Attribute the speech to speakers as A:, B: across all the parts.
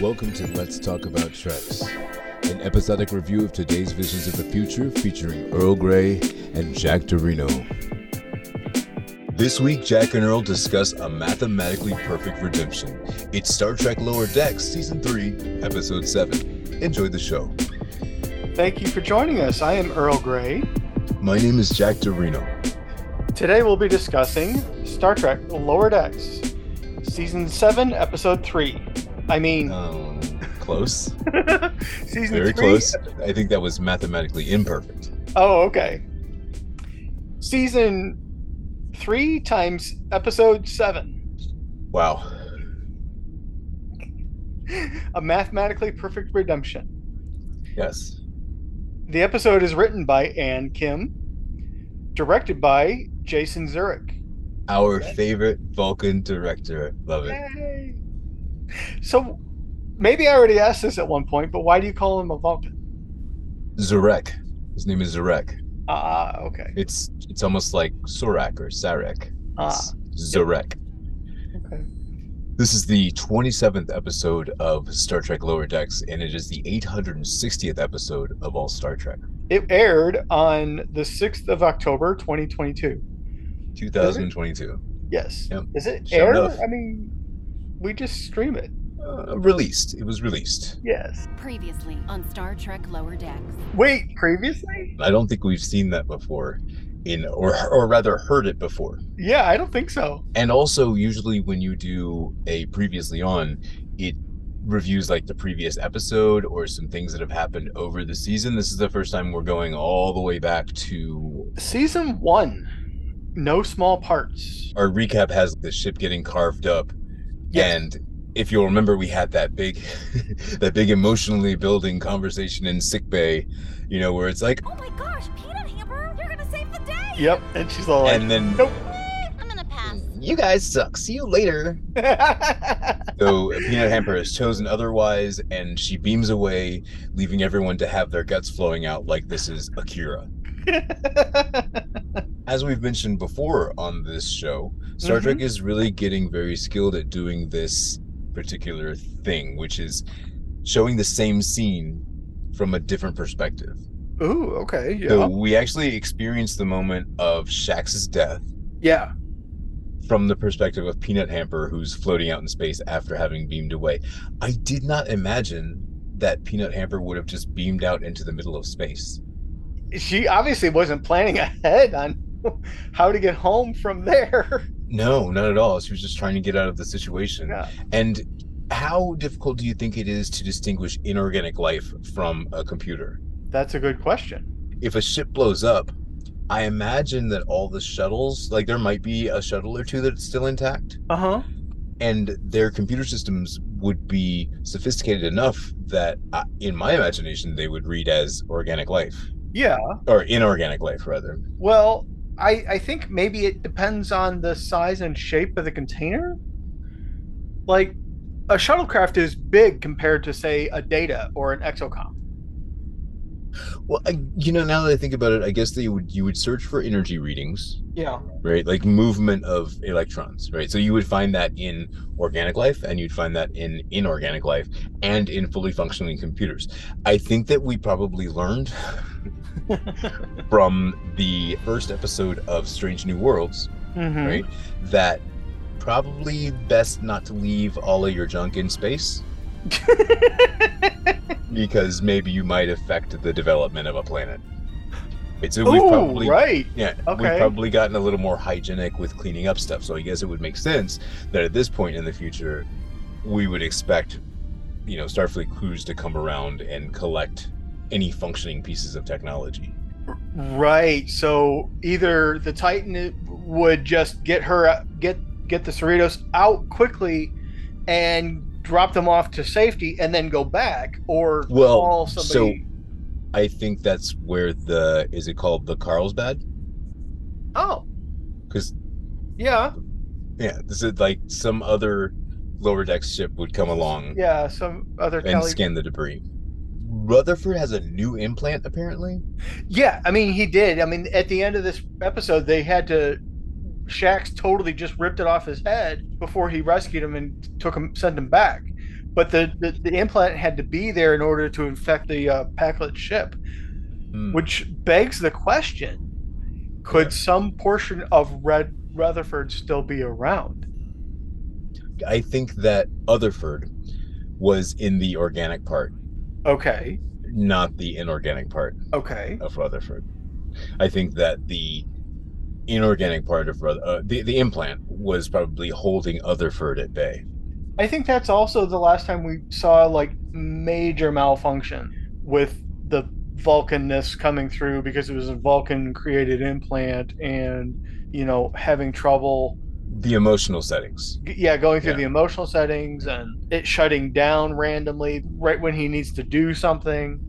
A: Welcome to Let's Talk About Treks, an episodic review of today's visions of the future featuring Earl Grey and Jack Dorino. This week, Jack and Earl discuss a mathematically perfect redemption. It's Star Trek Lower Decks, Season 3, Episode 7. Enjoy the show.
B: Thank you for joining us. I am Earl Grey.
A: My name is Jack Dorino.
B: Today we'll be discussing Star Trek Lower Decks, Season 7, Episode 3. I mean,
A: Um, close.
B: Season
A: Uh, Very
B: 3.
A: close. I think that was mathematically imperfect.
B: Oh, okay. Season 3 times Episode 7.
A: Wow.
B: A mathematically perfect redemption.
A: Yes.
B: The episode is written by Ann Kim, directed by Jason Zurich.
A: Our favorite Vulcan director. Love it.
B: Yay. So maybe I already asked this at one point, but why do you call him a Vulcan?
A: Zarek. His name is Zarek.
B: Ah, okay.
A: It's it's almost like Sorak or Sarek.
B: Ah,
A: Zarek.
B: okay.
A: This is the 27th episode of Star Trek Lower Decks, and it is the 860th episode of all Star Trek.
B: It aired on the 6th of October, 2022.
A: 2022.
B: Yes.
A: Yep.
B: Is it
A: Sure
B: air?
A: enough.
B: I mean, we just stream it.
A: Uh, released. It was released.
B: Yes.
C: Previously on Star Trek Lower Decks.
B: Wait, previously?
A: I don't think we've seen that before, in or or rather heard it before.
B: Yeah, I don't think so.
A: And also, usually when you do a previously on, it reviews like the previous episode or some things that have happened over the season. This is the first time we're going all the way back to
B: Season 1, No Small Parts.
A: our recap has the ship getting carved up.
B: Yes.
A: And if you'll remember, we had that big, that big emotionally building conversation in sick bay, you know, where it's like,
C: Oh my gosh, Peanut Hammer, you're gonna save the day!
B: Yep. And she's all like,
A: and then
B: nope.
C: I'm gonna pass.
A: you guys suck. See you later. So Peanut Hamper is chosen otherwise, and she beams away, leaving everyone to have their guts flowing out like this is Akira. As we've mentioned before on this show, Star
B: Mhm.
A: Trek is really getting very skilled at doing this particular thing, which is showing the same scene from a different perspective.
B: Ooh, okay. Yeah.
A: So we actually experienced the moment of Shax's death
B: yeah.
A: from the perspective of Peanut Hamper, who's floating out in space after having beamed away. I did not imagine that Peanut Hamper would have just beamed out into the middle of space.
B: She obviously wasn't planning ahead on how to get home from there.
A: No, not at all. She was just trying to get out of the situation.
B: Yeah.
A: And how difficult do you think it is to distinguish inorganic life from a computer?
B: That's a good question.
A: If a ship blows up, I imagine that all the shuttles, like there might be a shuttle or two that's still intact.
B: Uh huh.
A: and their computer systems would be sophisticated enough that uh, in my imagination they would read as organic life
B: Yeah.
A: or inorganic life rather
B: Well, I, I think maybe it depends on the size and shape of the container. Like, a shuttlecraft is big compared to, say, a data or an exocom.
A: well I, you know now that i think about it i guess they would you would search for energy readings
B: Yeah.
A: right like movement of electrons right so you would find that in organic life and you'd find that in inorganic life and in fully functioning computers i think that we probably learned from the first episode of strange new worlds
B: Mm-hmm.
A: Right. that probably best not to leave all of your junk in space because maybe you might affect the development of a planet. Right, so we've
B: Ooh,
A: probably
B: right.
A: yeah,
B: Okay.
A: we've probably gotten a little more hygienic with cleaning up stuff. So I guess it would make sense that at this point in the future, we would expect, you know, Starfleet crews to come around and collect any functioning pieces of technology.
B: Right. So either the Titan would just get her get get the Cerritos out quickly and drop them off to safety and then go back or
A: Well,
B: call
A: so-
B: somebody.
A: I think that's where the is it called the Carlsbad?
B: oh,
A: Because
B: yeah.
A: Yeah, this is like some other lower deck ship would come along
B: Yeah, some other
A: and
B: Kelly
A: scan the debris. Rutherford has a new implant, apparently.
B: Yeah, I mean he did. I mean at the end of this episode, they had to. Shax totally just ripped it off his head before he rescued him and took him, sent him back. But the, the, the implant had to be there in order to infect the uh, Packlet ship,
A: Hmm.
B: which begs the question: Could some portion of Red Rutherford still be around?
A: I think that Otherford was in the organic part,
B: Okay,
A: not the inorganic part
B: okay,
A: of Rutherford. I think that the inorganic part of Ruth- uh, the the implant was probably holding Otherford at bay.
B: I think that's also the last time we saw like major malfunction with the Vulcanness coming through because it was a Vulcan created implant and you know having trouble
A: The emotional settings.
B: g- yeah going through
A: Yeah.
B: the emotional settings and it shutting down randomly right when he needs to do something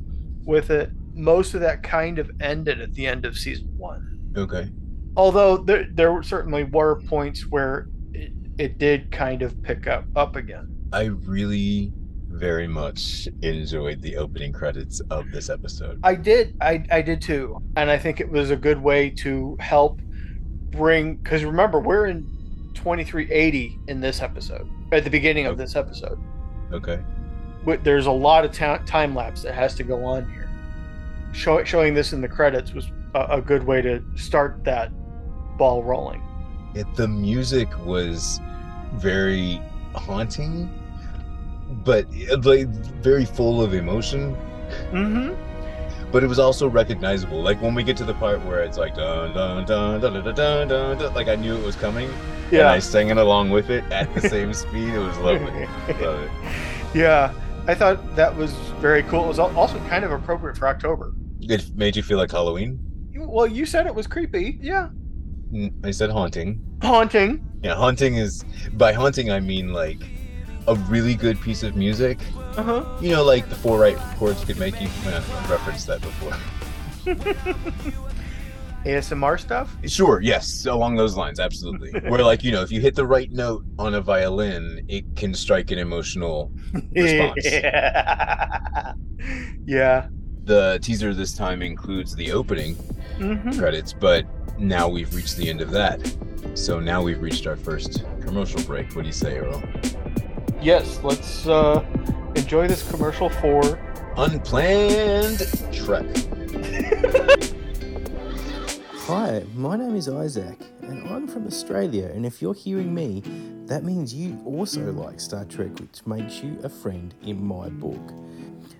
B: with it most of that kind of ended at the end of season 1
A: Okay.
B: although there there were- certainly were points where it, it did kind of pick up up again.
A: I really very much enjoyed the opening credits of this episode.
B: I did I I did too, and I think it was a good way to help bring because remember we're in 2380 in this episode at the beginning of this episode.
A: Okay.
B: But There's a lot of ta- time lapse that has to go on here. Show, showing this in the credits was a, a good way to start that ball rolling.
A: it, the music was very haunting but uh, like very full of emotion
B: Mm-hmm.
A: but it was also recognizable like when we get to the part where it's like dun dun dun dun dun dun dun, dun, dun like i knew it was coming and i
B: Yeah.
A: sang it along with it at the same speed it was lovely Love it.
B: Yeah, I thought that was very cool. It was al- also kind of appropriate for October.
A: it made you feel like halloween
B: You- Well, you said it was creepy. Yeah.
A: Mm, i said haunting
B: Haunting.
A: yeah haunting is by haunting i mean like a really good piece of music
B: Uh huh.
A: you know like the four right chords could make you eh, I've referenced that before
B: ASMR stuff.
A: Sure, yes, along those lines, absolutely. Where like, you know, if you hit the right note on a violin, it can strike an emotional response.
B: Yeah. yeah.
A: The teaser this time includes the opening
B: hmm
A: credits, but now we've reached the end of that. So now we've reached our first commercial break. What do you say, Earl?
B: Yes. Let's uh, enjoy this commercial for.
A: Unplanned trek.
D: Hi, my name is Isaac, and I'm from Australia. And if you're hearing me, that means you also like Star Trek, which makes you a friend in my book.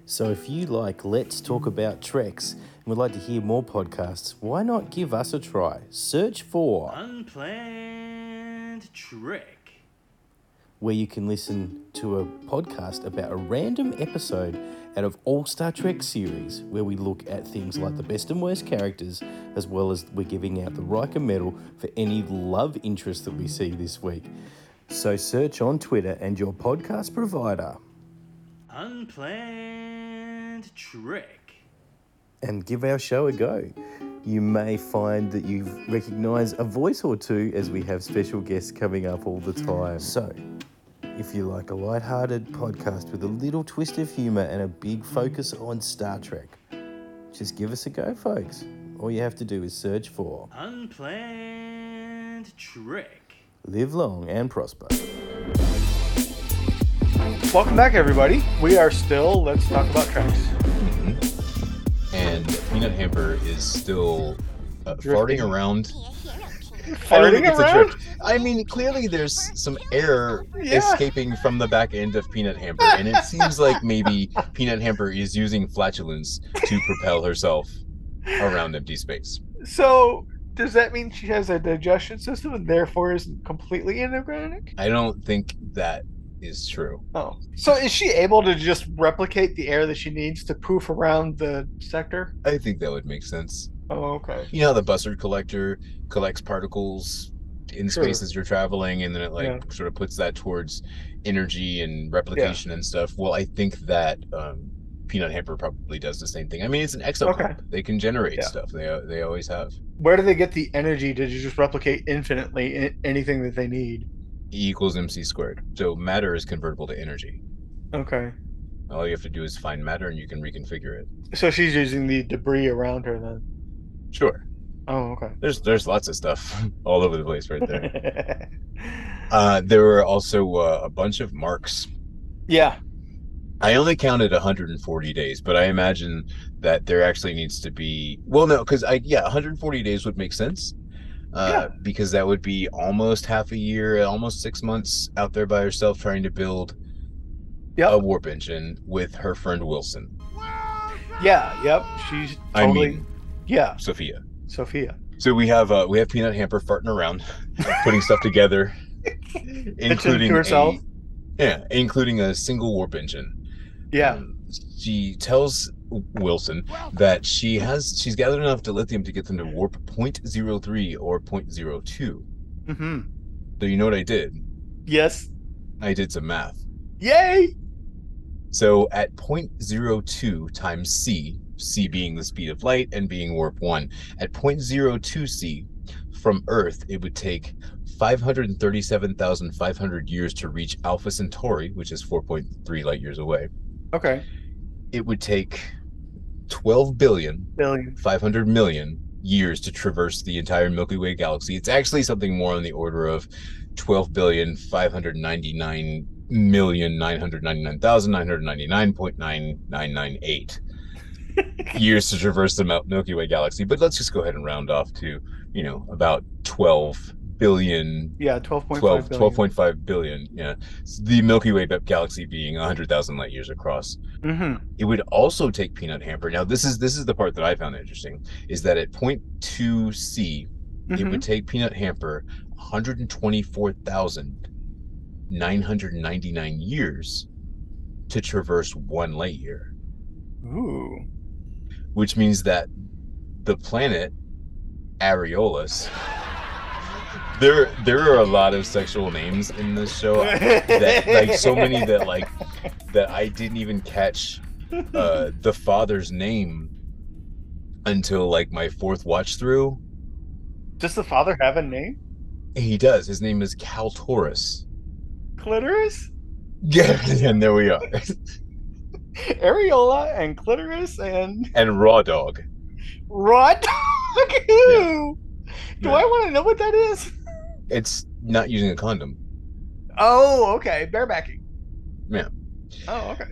D: So if you like Let's Talk About Treks and would like to hear more podcasts, why not give us a try? Search for
E: Unplanned trick.
D: where you can listen to a podcast about a random episode out of all Star Trek series, where we look at things like the best and worst characters, as well as we're giving out the Riker Medal for any love interest that we see this week. So search on Twitter and your podcast provider
E: Unplanned trick.
D: and give our show a go. You may find that you recognize a voice or two as we have special guests coming up all the time. So, if you like a light-hearted podcast with a little twist of humor and a big focus on Star Trek, just give us a go, folks. All you have to do is search for
E: Unplanned trick.
D: Live Long and Prosper.
B: Welcome back, everybody. We are still. Let's talk about tracks.
A: And Peanut Hamper is still uh,
B: Drifting.
A: farting around. I don't
B: Farting
A: think it's a
B: around?
A: drift. I mean, clearly there's some air
B: Yeah.
A: escaping from the back end of Peanut Hamper, and it seems like maybe Peanut Hamper is using flatulence to propel herself around empty space.
B: So. Does that mean she has a digestion system and therefore isn't completely inorganic?
A: I don't think that is true.
B: Oh. So is she able to just replicate the air that she needs to poof around the sector?
A: I think that would make sense.
B: Oh, okay.
A: You know how the buzzard collector collects particles in
B: Sure.
A: space as you're traveling, and then it like
B: Yeah.
A: sort of puts that towards energy and replication and stuff. Well, I think that um, Peanut Hamper probably does the same thing. I mean, it's an exoplanet.
B: Okay.
A: They can generate
B: Yeah.
A: stuff. They uh, they always have.
B: Where do they get the energy to just replicate infinitely a- anything that they need?
A: E equals mc squared. So matter is convertible to energy.
B: Okay.
A: All you have to do is find matter, and you can reconfigure it.
B: So she's using the debris around her then.
A: Sure.
B: Oh, okay.
A: There's there's lots of stuff all over the place right there.
B: yeah.
A: uh, there were also uh, a bunch of marks I only counted 140 days, but I imagine that there actually needs to be well, no, because I yeah, 140 days would make sense. Uh, because that would be almost half a year, almost six months out there by herself trying to build
B: Yep.
A: a warp engine with her friend Wilson,
B: Yeah, yep. She's
A: I
B: totally.
A: mean-
B: yeah,
A: Sophia.
B: Sophia.
A: So we have uh, we have Peanut Hamper farting around, putting stuff together, including
B: herself.
A: A, yeah, including a single warp engine.
B: Yeah,
A: Um, she tells Wilson that she has she's gathered enough dilithium to get them to warp 0.03 or 0.02.
B: hmm
A: So you know what I did?
B: Yes.
A: I did some math.
B: Yay!
A: So at 0.02 times c, c being the speed of light and being warp 1, at 0.02 c from Earth, it would take 537,500 years to reach Alpha Centauri, which is 4.3 light years away.
B: Okay.
A: It would take 12 billion
B: Billion.
A: 500 million years to traverse the entire Milky Way galaxy. It's actually something more on the order of 12 billion 599 million 999,999,999,998 years to traverse the Mil- Milky Way galaxy. But let's just go ahead and round off to, you know, about 12 billion
B: Yeah, 12.5
A: 12
B: billion.
A: 12.5 billion. Yeah. S- The Milky Way ba- galaxy being 100,000 light years across
B: Mhm.
A: it would also take peanut hamper now this is this is the part that i found interesting is that at point 2c it
B: Mhm.
A: would take peanut hamper 124999 years to traverse one light year
B: Ooh.
A: which means that the planet areolus there there are a lot of sexual names in this show Oh, that like so many that like that I didn't even catch uh, the father's name until like my fourth watch through.
B: Does the father have a name?
A: He does. His name is Cal Taurus.
B: Clitoris?
A: Yeah, and there we are.
B: Areola and clitoris and
A: And Raw Dog.
B: raw dog. Ew. Do
A: Yeah.
B: I want to know what that is?
A: It's not using a condom.
B: Oh, okay. Barebacking.
A: Yeah.
B: Oh, okay.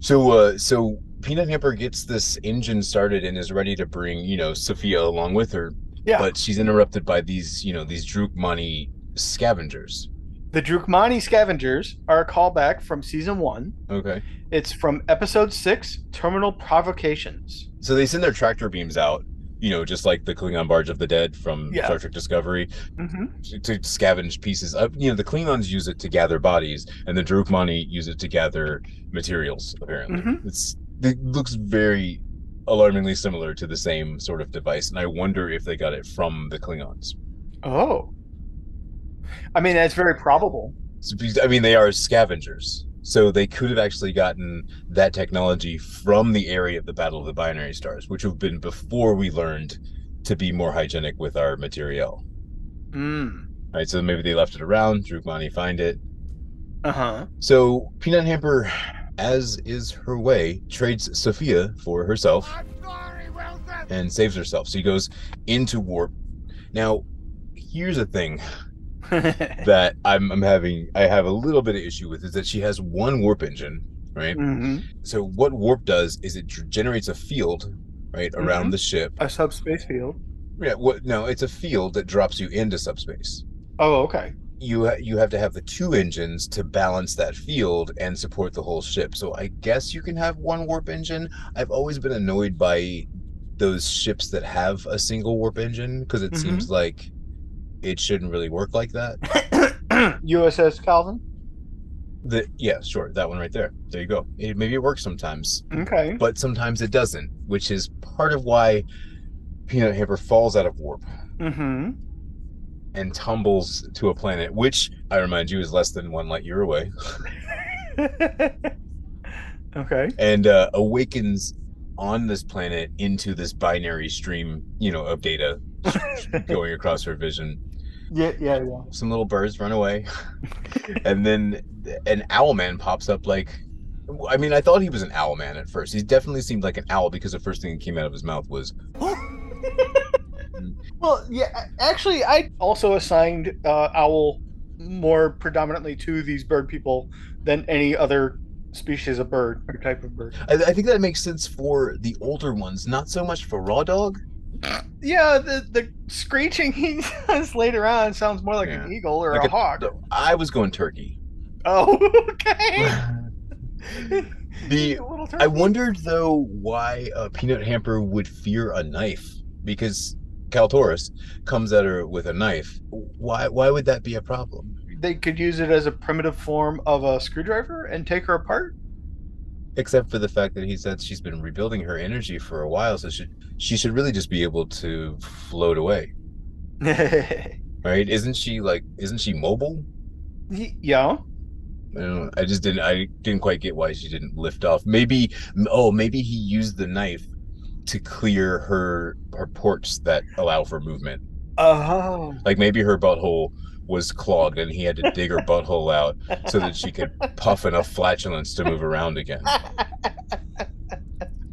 A: So uh so Peanut Hamper gets this engine started and is ready to bring, you know, Sophia along with her.
B: Yeah.
A: But she's interrupted by these, you know, these Drukmani scavengers.
B: The Drukmani scavengers are a callback from season one.
A: Okay.
B: It's from episode six, Terminal Provocations.
A: so they send their tractor beams out you know just like the klingon barge of the dead from
B: Yeah.
A: star trek discovery
B: Mm-hmm.
A: to, to scavenge pieces up you know the klingons use it to gather bodies and the drukmani use it to gather materials apparently
B: Mhm.
A: it's it looks very alarmingly similar to the same sort of device and i wonder if they got it from the klingons
B: Oh. I mean, that's very probable.
A: It's because- i mean they are scavengers so they could have actually gotten that technology from the area of the battle of the binary stars which would have been before we learned to be more hygienic with our materiel
B: Mm.
A: right? So maybe they left it around. Drukmani find it.
B: Uh huh.
A: So Peanut Hamper, as is her way, trades Sophia for herself and saves herself. So he goes into warp. Now, here's a thing
B: Mm-hmm.
A: that I'm, I'm having. I have a little bit of issue with is that she has one warp engine, right?
B: hmm
A: So what warp does is it dr- generates a field, right, around the ship.
B: A subspace field.
A: Yeah. What? No, it's a field that drops you into subspace.
B: Oh, okay.
A: you ha- you have to have the two engines to balance that field and support the whole ship. So I guess you can have one warp engine. I've always been annoyed by those ships that have a single warp engine because it
B: Mhm.
A: seems like it shouldn't really work like that.
B: USS Calvin.
A: The yeah, sure, that one right there. There you go. It, maybe it works sometimes,
B: Okay.
A: but sometimes it doesn't, which is part of why Peanut Hamper falls out of warp
B: Mm-hmm.
A: and tumbles to a planet, which I remind you is less than one light year away.
B: okay.
A: and uh, awakens on this planet into this binary stream, you know, of data going across her vision.
B: Yeah, yeah, yeah.
A: Some little birds run away, and then an owl man pops up. Like, I mean, I thought he was an owl man at first. He definitely seemed like an owl because the first thing that came out of his mouth was
B: Well, yeah. a- Actually, I also assigned uh, owl more predominantly to these bird people than any other species of bird or type of bird.
A: I, I think that makes sense for the older ones, not so much for Raw Dog.
B: Yeah, the the screeching he does later on sounds more like an eagle or
A: Like
B: a hawk.
A: So I was going turkey.
B: Oh, okay.
A: The
B: A little
A: I
B: turkey.
A: wondered though why a peanut hamper would fear a knife because Caltoris comes at her with a knife. Why why would that be a problem?
B: they could use it as a primitive form of a screwdriver and take her apart.
A: Except for the fact that he said she's been rebuilding her energy for a while, so she she should really just be able to float away,
B: Y-
A: right? Isn't she like isn't she mobile?
B: yeah.
A: I, don't, I just didn't I didn't quite get why she didn't lift off. Maybe oh maybe he used the knife to clear her her ports that allow for movement.
B: Oh.
A: Like maybe her butthole was clogged and he had to dig her butthole out so that she could puff enough flatulence to move around again.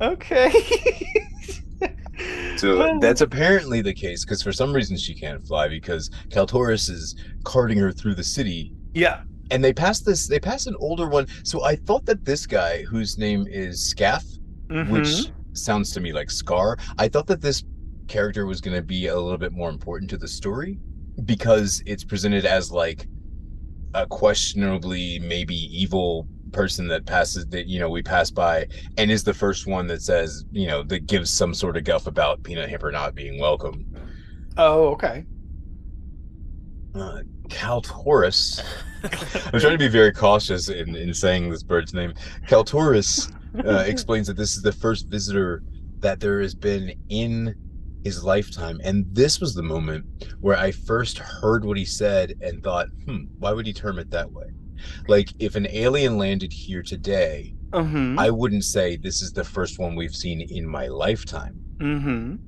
B: Okay.
A: So that's apparently the case because for some reason she can't fly because Kaltoris is carting her through the city.
B: yeah.
A: And they pass this, they pass an older one. So I thought that this guy, whose name is Scath,
B: Mhm.
A: which sounds to me like Scar. I thought that this character was going to be a little bit more important to the story because it's presented as like a questionably maybe evil person that passes that you know we pass by and is the first one that says you know that gives some sort of guff about peanut hamper not being welcome
B: Oh, okay.
A: uh, Kaltoris. I'm trying to be very cautious in, in saying this bird's name. Kaltoris uh, explains that this is the first visitor that there has been in his lifetime. And this was the moment where I first heard what he said and thought, hmm, why would he term it that way? Like, if an alien landed here today,
B: Mhm.
A: I wouldn't say this is the first one we've seen in my lifetime.
B: Mhm.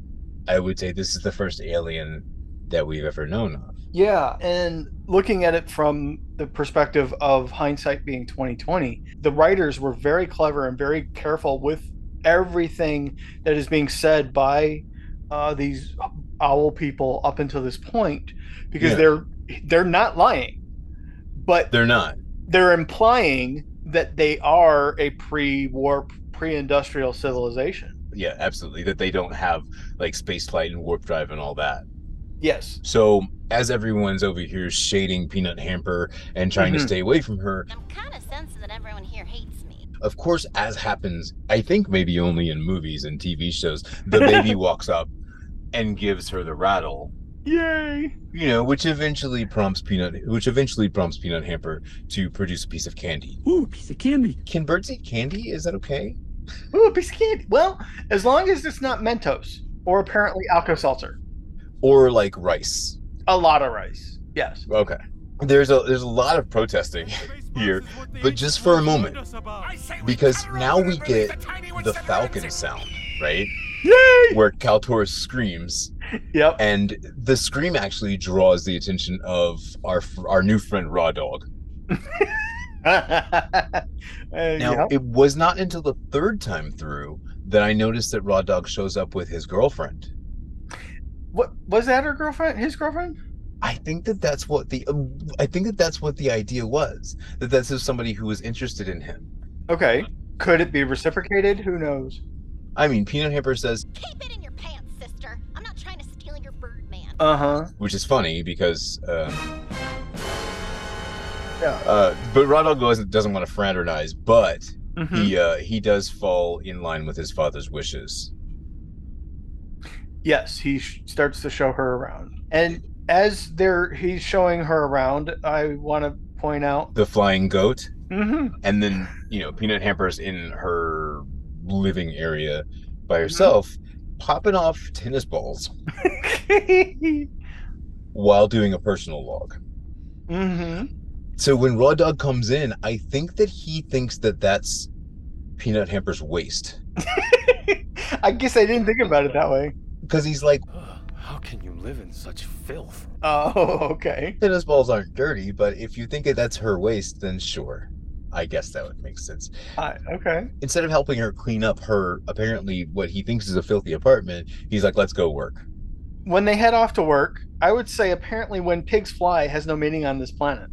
A: I would say this is the first alien that we've ever known of.
B: Yeah, and looking at it from the perspective of hindsight being 2020, the writers were very clever and very careful with everything that is being said by uh, these owl people up until this point because
A: Yeah.
B: they're they're not lying, but
A: They're not.
B: they're implying that they are a pre-war pre-industrial civilization.
A: yeah absolutely that they don't have like space flight and warp drive and all that
B: Yes.
A: so as everyone's over here shading peanut hamper and trying
B: Mhm.
A: to stay away from her
C: I'm kind of sensing that everyone here hates me.
A: of course as happens i think maybe only in movies and tv shows the baby walks up and gives her the rattle
B: Yay.
A: you know which eventually prompts peanut which eventually prompts peanut hamper to produce a piece of candy
F: Ooh, piece of candy.
A: can birds eat candy is that okay
B: Ooh, a piece of candy. Well, as long as it's not Mentos or apparently Alka Seltzer.
A: or like rice
B: A lot of rice. Yes.
A: okay there's a there's a lot of protesting here but just for a moment because now we get the falcon sound right
B: Yay!
A: where kaltor screams
B: Yep.
A: and the scream actually draws the attention of our our new friend raw dog
B: Uh,
A: now
B: yep.
A: it was not until the third time through that i noticed that raw dog shows up with his girlfriend
B: What was that? Her girlfriend? His girlfriend?
A: i think that that's what the um, i think that that's what the idea was that that's just somebody who was interested in him
B: Okay. Could it be reciprocated? Who knows?
A: i mean peanut hamper says
C: Keep it in your pants, sister. I'm not trying to steal your bird, man.
B: Uh huh.
A: which is funny because um,
B: Yeah.
A: uh, but Ronald doesn't doesn't want to fraternize, but
B: Mhm.
A: he uh, he does fall in line with his father's wishes.
B: Yes, he sh- starts to show her around, and as they're he's showing her around, I want to point out.
A: The flying goat,
B: hmm
A: and then you know Peanut Hamper's in her living area by herself, popping off tennis balls while doing a personal log.
B: hmm
A: So when Raw Dog comes in, I think that he thinks that that's Peanut Hamper's waste
B: I guess I didn't think about it that way.
A: because he's like
G: How can you live in such filth?
B: Oh, okay.
A: tennis balls aren't dirty, but if you think that that's her waste, then sure. I guess that would make sense.
B: I, okay.
A: Instead of helping her clean up her apparently what he thinks is a filthy apartment, he's like, let's go work.
B: When they head off to work, I would say apparently when pigs fly has no meaning on this planet.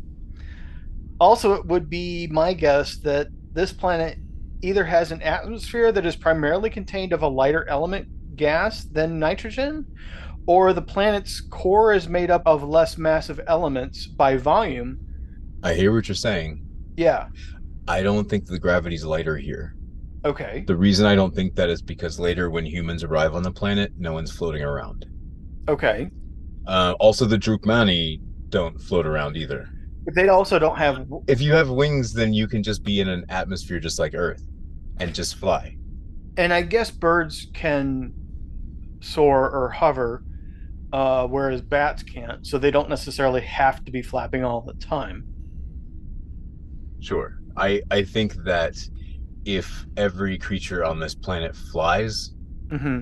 B: Also, it would be my guess that this planet either has an atmosphere that is primarily contained of a lighter element gas than nitrogen, or the planet's core is made up of less massive elements by volume.
A: I hear what you're saying.
B: Yeah.
A: I don't think the gravity's lighter here.
B: Okay.
A: The reason I don't think that is because later, when humans arrive on the planet, no one's floating around.
B: Okay.
A: Uh, also, the Drukmani don't float around either.
B: But they also don't have.
A: If you have wings, then you can just be in an atmosphere just like Earth and just fly.
B: And I guess birds can soar or hover, uh, whereas bats can't. So they don't necessarily have to be flapping all the time.
A: Sure. I, I think that if every creature on this planet flies,
B: hmm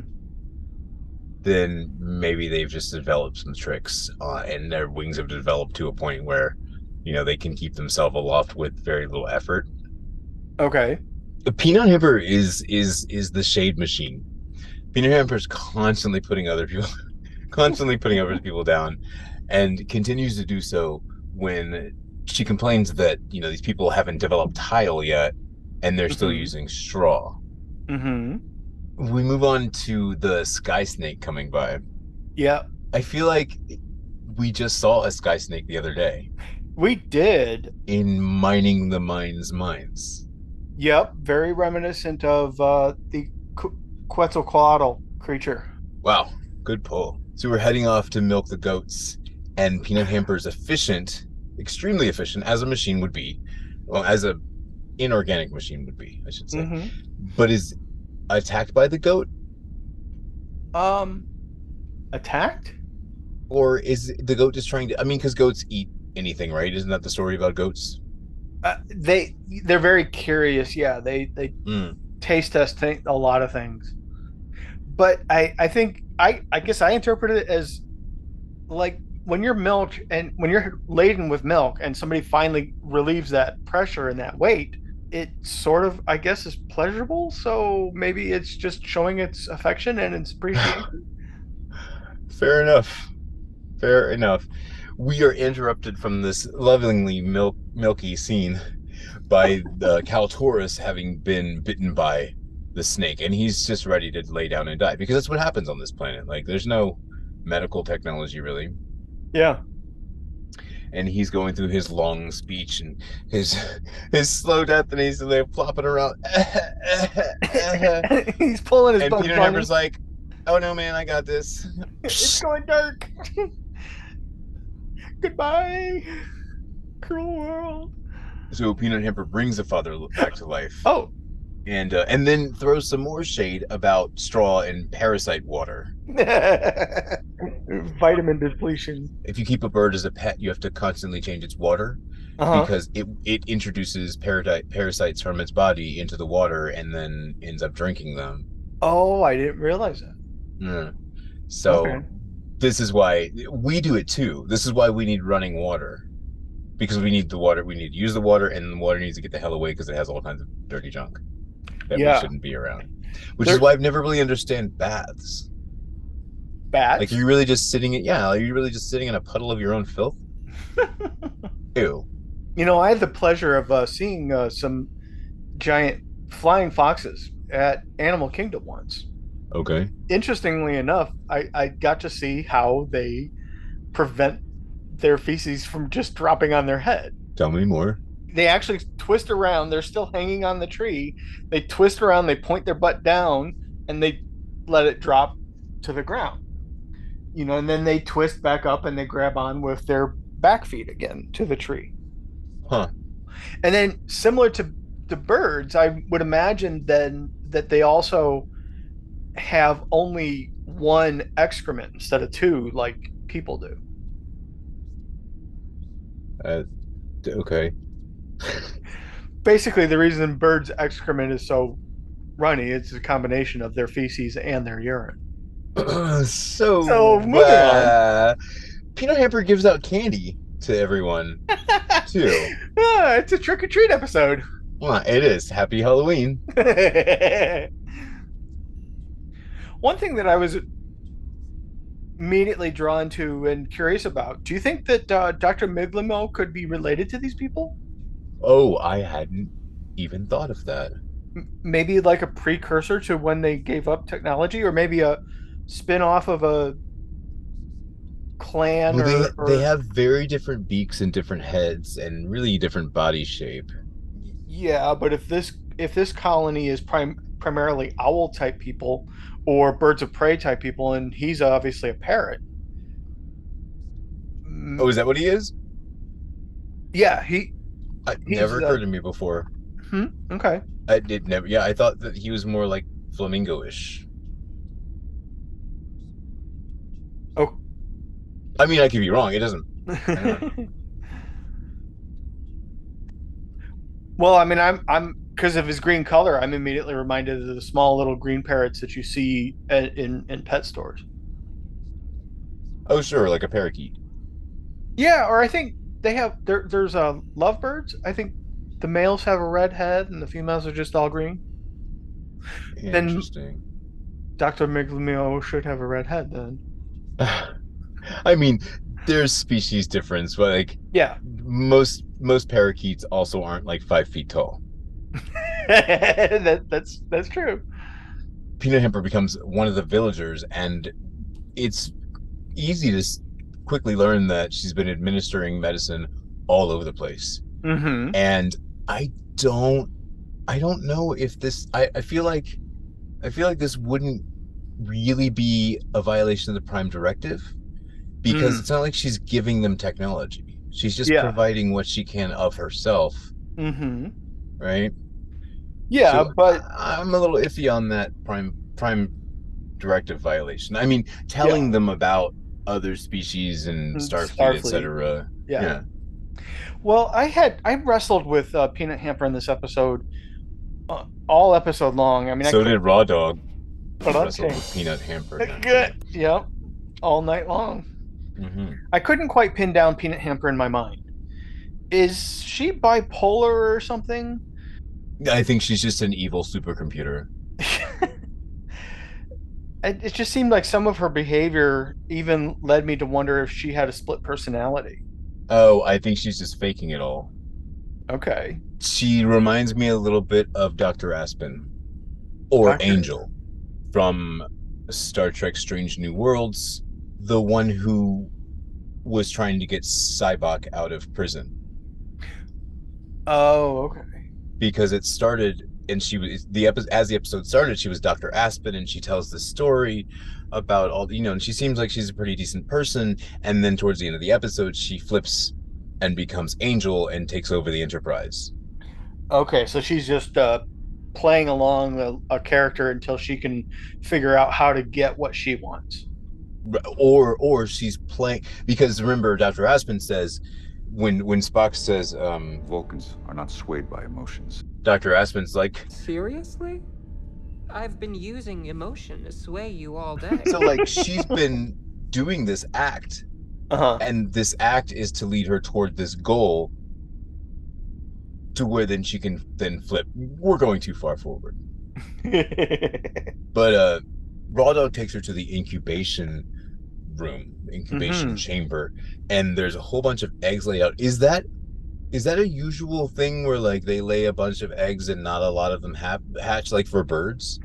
A: then maybe they've just developed some tricks uh, and their wings have developed to a point where, you know, they can keep themselves aloft with very little effort.
B: Okay.
A: the peanut hamper is is is the shade machine. Peanut hamper's constantly putting other people, constantly putting other people down, and continues to do so when she complains that you know these people haven't developed tile yet, and they're still
B: Mhm.
A: using straw.
B: hmm
A: We move on to the sky snake coming by.
B: Yeah.
A: I feel like we just saw a sky snake the other day
B: We did.
A: in mining the mines mines.
B: Yep. Very reminiscent of uh, the Qu- Quetzalcoatl creature.
A: Wow, good pull. So we're heading off to milk the goats, and Peanut Hamper is efficient, extremely efficient, as a machine would be, well, as a inorganic machine would be, I should say.
B: hmm
A: But is attacked by the goat,
B: Um, attacked?
A: or is the goat just trying to? I mean, because goats eat anything, right? Isn't that the story about goats?
B: Uh, they they're very curious. Yeah, they they
A: Mm.
B: taste test thi- a lot of things. But I I think I I guess I interpret it as like when you're milked and when you're laden with milk and somebody finally relieves that pressure and that weight, it sort of I guess is pleasurable. So maybe it's just showing its affection and its appreciation.
A: Fair enough. Fair enough. We are interrupted from this lovingly milk milky scene by the Kaltoris having been bitten by the snake, and he's just ready to lay down and die because that's what happens on this planet. Like, there's no medical technology really,
B: yeah.
A: and he's going through his long speech and his his slow death, and he's there flopping around.
B: He's pulling his
A: and
B: bum
A: Peter
B: funny.
A: Hammer's like, "Oh no, man, I got this."
B: It's going dark. Goodbye, cruel world.
A: So Peanut Hamper brings the father back to life.
B: Oh,
A: and uh, and then throws some more shade about straw and parasite water.
B: vitamin depletion.
A: If you keep a bird as a pet, you have to constantly change its water
B: Uh-huh.
A: because it it introduces parasite parasites from its body into the water and then ends up drinking them.
B: Oh, I didn't realize that.
A: Mm. So
B: Okay.
A: this is why we do it too. This is why we need running water because we need the water. We need to use the water, and the water needs to get the hell away because it has all kinds of dirty junk that
B: Yeah.
A: we shouldn't be around. Which is
B: There-
A: why I've never really understand baths.
B: Bats.
A: Like you're really just sitting in yeah, like, you're really just sitting in a puddle of your own filth. Ew.
B: You know, I had the pleasure of uh, seeing uh, some giant flying foxes at Animal Kingdom once.
A: Okay.
B: Interestingly enough, I, I got to see how they prevent their feces from just dropping on their head.
A: Tell me more.
B: they actually twist around. They're still hanging on the tree. They twist around. They point their butt down, and they let it drop to the ground. You know, and then they twist back up and they grab on with their back feet again to the tree.
A: Huh.
B: And then, similar to to birds, I would imagine then that they also have only one excrement instead of two, like people do.
A: Uh, d- okay.
B: basically the reason birds excrement is so runny it's a combination of their feces and their urine
A: so
B: So, moving on.
A: uh, Peanut Hamper gives out candy to everyone too.
B: ah, it's a trick-or-treat episode
A: Well, it is. Happy Halloween.
B: one thing that i was immediately drawn to and curious about do you think that uh, dr miglamo could be related to these people
A: Oh, I hadn't even thought of that.
B: M- Maybe like a precursor to when they gave up technology, or maybe a spin off of a clan
A: Well, they,
B: or,
A: they
B: or-
A: have very different beaks and different heads and really different body shape.
B: Yeah, but if this if this colony is prim- primarily owl type people or birds of prey type people, and he's obviously a parrot. Mm,
A: Oh, is that what he is?
B: yeah, he
A: I,
B: He's,
A: never
B: uh,
A: occurred to me before.
B: okay.
A: I did never. Yeah, I thought that he was more like flamingo-ish.
B: Oh.
A: I mean, I could be wrong. It doesn't.
B: well, I mean, I'm I'm because of his green color, I'm immediately reminded of the small little green parrots that you see at, in in pet stores.
A: Oh, sure, like a parakeet.
B: Yeah, or I think they have there. There's uh, lovebirds. I think the males have a red head and the females are just all green. Then-
A: Interesting.
B: Doctor Miglio should have a red head then.
A: I mean, there's species difference, but like
B: Yeah.
A: most most parakeets also aren't like five feet tall.
B: that, that's that's true.
A: Peanut Hamper becomes one of the villagers, and it's easy to s- quickly learn that she's been administering medicine all over the place.
B: Mm-hmm.
A: and i don't i don't know if this i, I feel like i feel like this wouldn't really be a violation of the prime directive because
B: Mm.
A: it's not like she's giving them technology she's just
B: Yeah.
A: providing what she can of herself
B: Mm-hmm.
A: right
B: Yeah,
A: So,
B: but
A: I- i'm a little iffy on that prime prime directive violation i mean telling them about other species and
B: Mm,
A: starfleet, et
B: Starfleet.
A: etc
B: yeah. Well, I had I wrestled with uh, Peanut Hamper in this episode, uh, all episode long. I mean,
A: so
B: I
A: did raw dog
B: But I'm
A: wrestle
B: saying-
A: with peanut hamper
B: Good. Yep. All night long.
A: Mhm.
B: I couldn't quite pin down Peanut Hamper in my mind. Is she bipolar or something?
A: I think she's just an evil supercomputer.
B: It, it just seemed like some of her behavior even led me to wonder if she had a split personality.
A: Oh, I think she's just faking it all.
B: Okay.
A: She reminds me a little bit of Dr. Aspen or
B: Dr.
A: Angel from Star Trek Strange New Worlds, the one who was trying to get Cybok out of prison
B: Oh, okay.
A: because it started and she was the episode as the episode started she was Dr. Aspen and she tells the story about all you know and she seems like she's a pretty decent person and then towards the end of the episode she flips and becomes Angel and takes over the Enterprise.
B: Okay, so she's just uh, playing along a, a character until she can figure out how to get what she wants.
A: R- Or or she's playing because remember Dr. Aspen says when when Spock says um
F: Vulcans are not swayed by emotions.
A: Dr. Aspen's like
H: Seriously? I've been using emotion to sway you all day.
A: so like she's been doing this act
B: Uh huh.
A: and this act is to lead her toward this goal to where then she can then flip we're going too far forward but uh raw dog takes her to the incubation room incubation
B: Mhm.
A: chamber and there's a whole bunch of eggs laid out is that is that a usual thing where like they lay a bunch of eggs and not a lot of them hap- hatch like for birds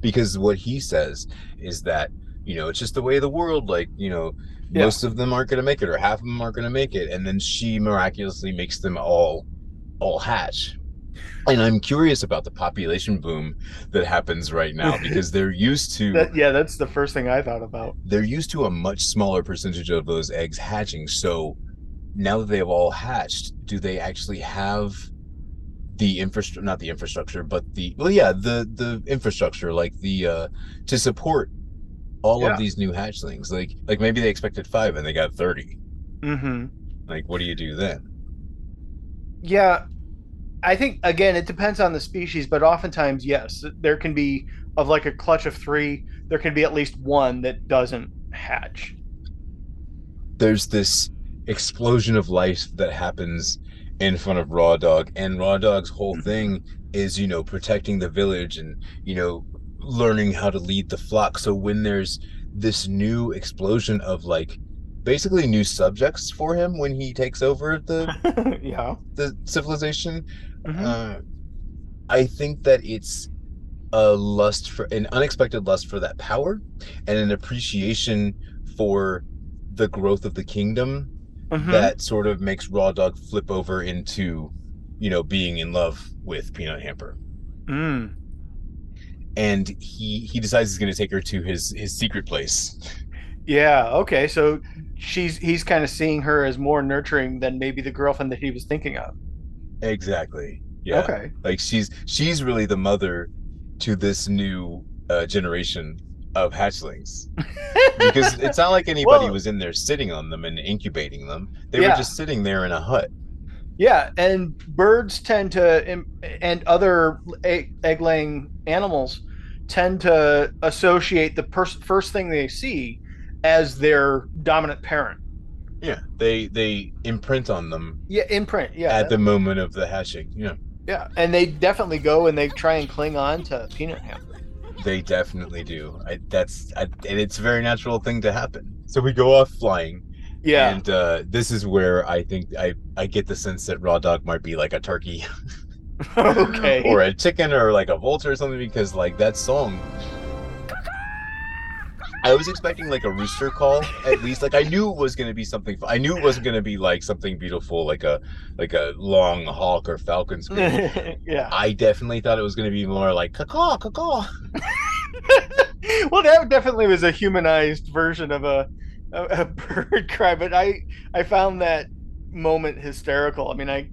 A: because what he says is that you know it's just the way of the world like you know
B: Yeah.
A: most of them aren't going to make it or half of them aren't going to make it and then she miraculously makes them all all hatch and i'm curious about the population boom that happens right now because they're used to
B: That, yeah, that's the first thing I thought about.
A: they're used to a much smaller percentage of those eggs hatching. So now that they've all hatched, do they actually have the infrastructure not the infrastructure, but the well yeah, the the infrastructure, like the uh to support all
B: Yeah.
A: of these new hatchlings. Like like maybe they expected five and they got thirty.
B: Mm-hmm.
A: Like what do you do then?
B: Yeah, I think again it depends on the species, but oftentimes yes, there can be of like a clutch of three, there can be at least one that doesn't hatch.
A: There's this explosion of life that happens in front of Raw Dog, and Raw Dog's whole thing is, you know, protecting the village and you know learning how to lead the flock so when there's this new explosion of like basically new subjects for him when he takes over the
B: yeah.
A: the civilization
B: Mhm.
A: uh, I think that it's a lust for an unexpected lust for that power and an appreciation for the growth of the kingdom
B: Mm-hmm.
A: that sort of makes Raw Dog flip over into, you know, being in love with Peanut Hamper.
B: Mm.
A: And he he decides he's going to take her to his his secret place.
B: Yeah. Okay. So she's he's kind of seeing her as more nurturing than maybe the girlfriend that he was thinking of.
A: Exactly. Yeah.
B: Okay.
A: Like she's she's really the mother to this new uh, generation of hatchlings because it's not like anybody
B: Well-
A: was in there sitting on them and incubating them. They
B: Yeah.
A: were just sitting there in a hut.
B: Yeah, and birds tend to, im- and other egg laying animals tend to associate the pers- first thing they see as their dominant parent.
A: Yeah. They they imprint on them
B: Yeah, imprint. Yeah.
A: at the moment of the hatching. Yeah.
B: yeah, and they definitely go and they try and cling on to peanut ham.
A: They definitely do. I, that's I, and it's a very natural thing to happen. So we go off flying,
B: Yeah.
A: and uh, this is where I think I I get the sense that Raw Dog might be like a turkey
B: okay.
A: or a chicken or like a vulture or something because like that song. I was expecting like a rooster call at least. Like I knew it was gonna be something. I knew it wasn't gonna be like something beautiful, like a like a long hawk or falcon scream.
B: yeah.
A: I definitely thought it was gonna be more like caw caw.
B: Well, that definitely was a humanized version of a, a, a bird cry, but I I found that moment hysterical. I mean, I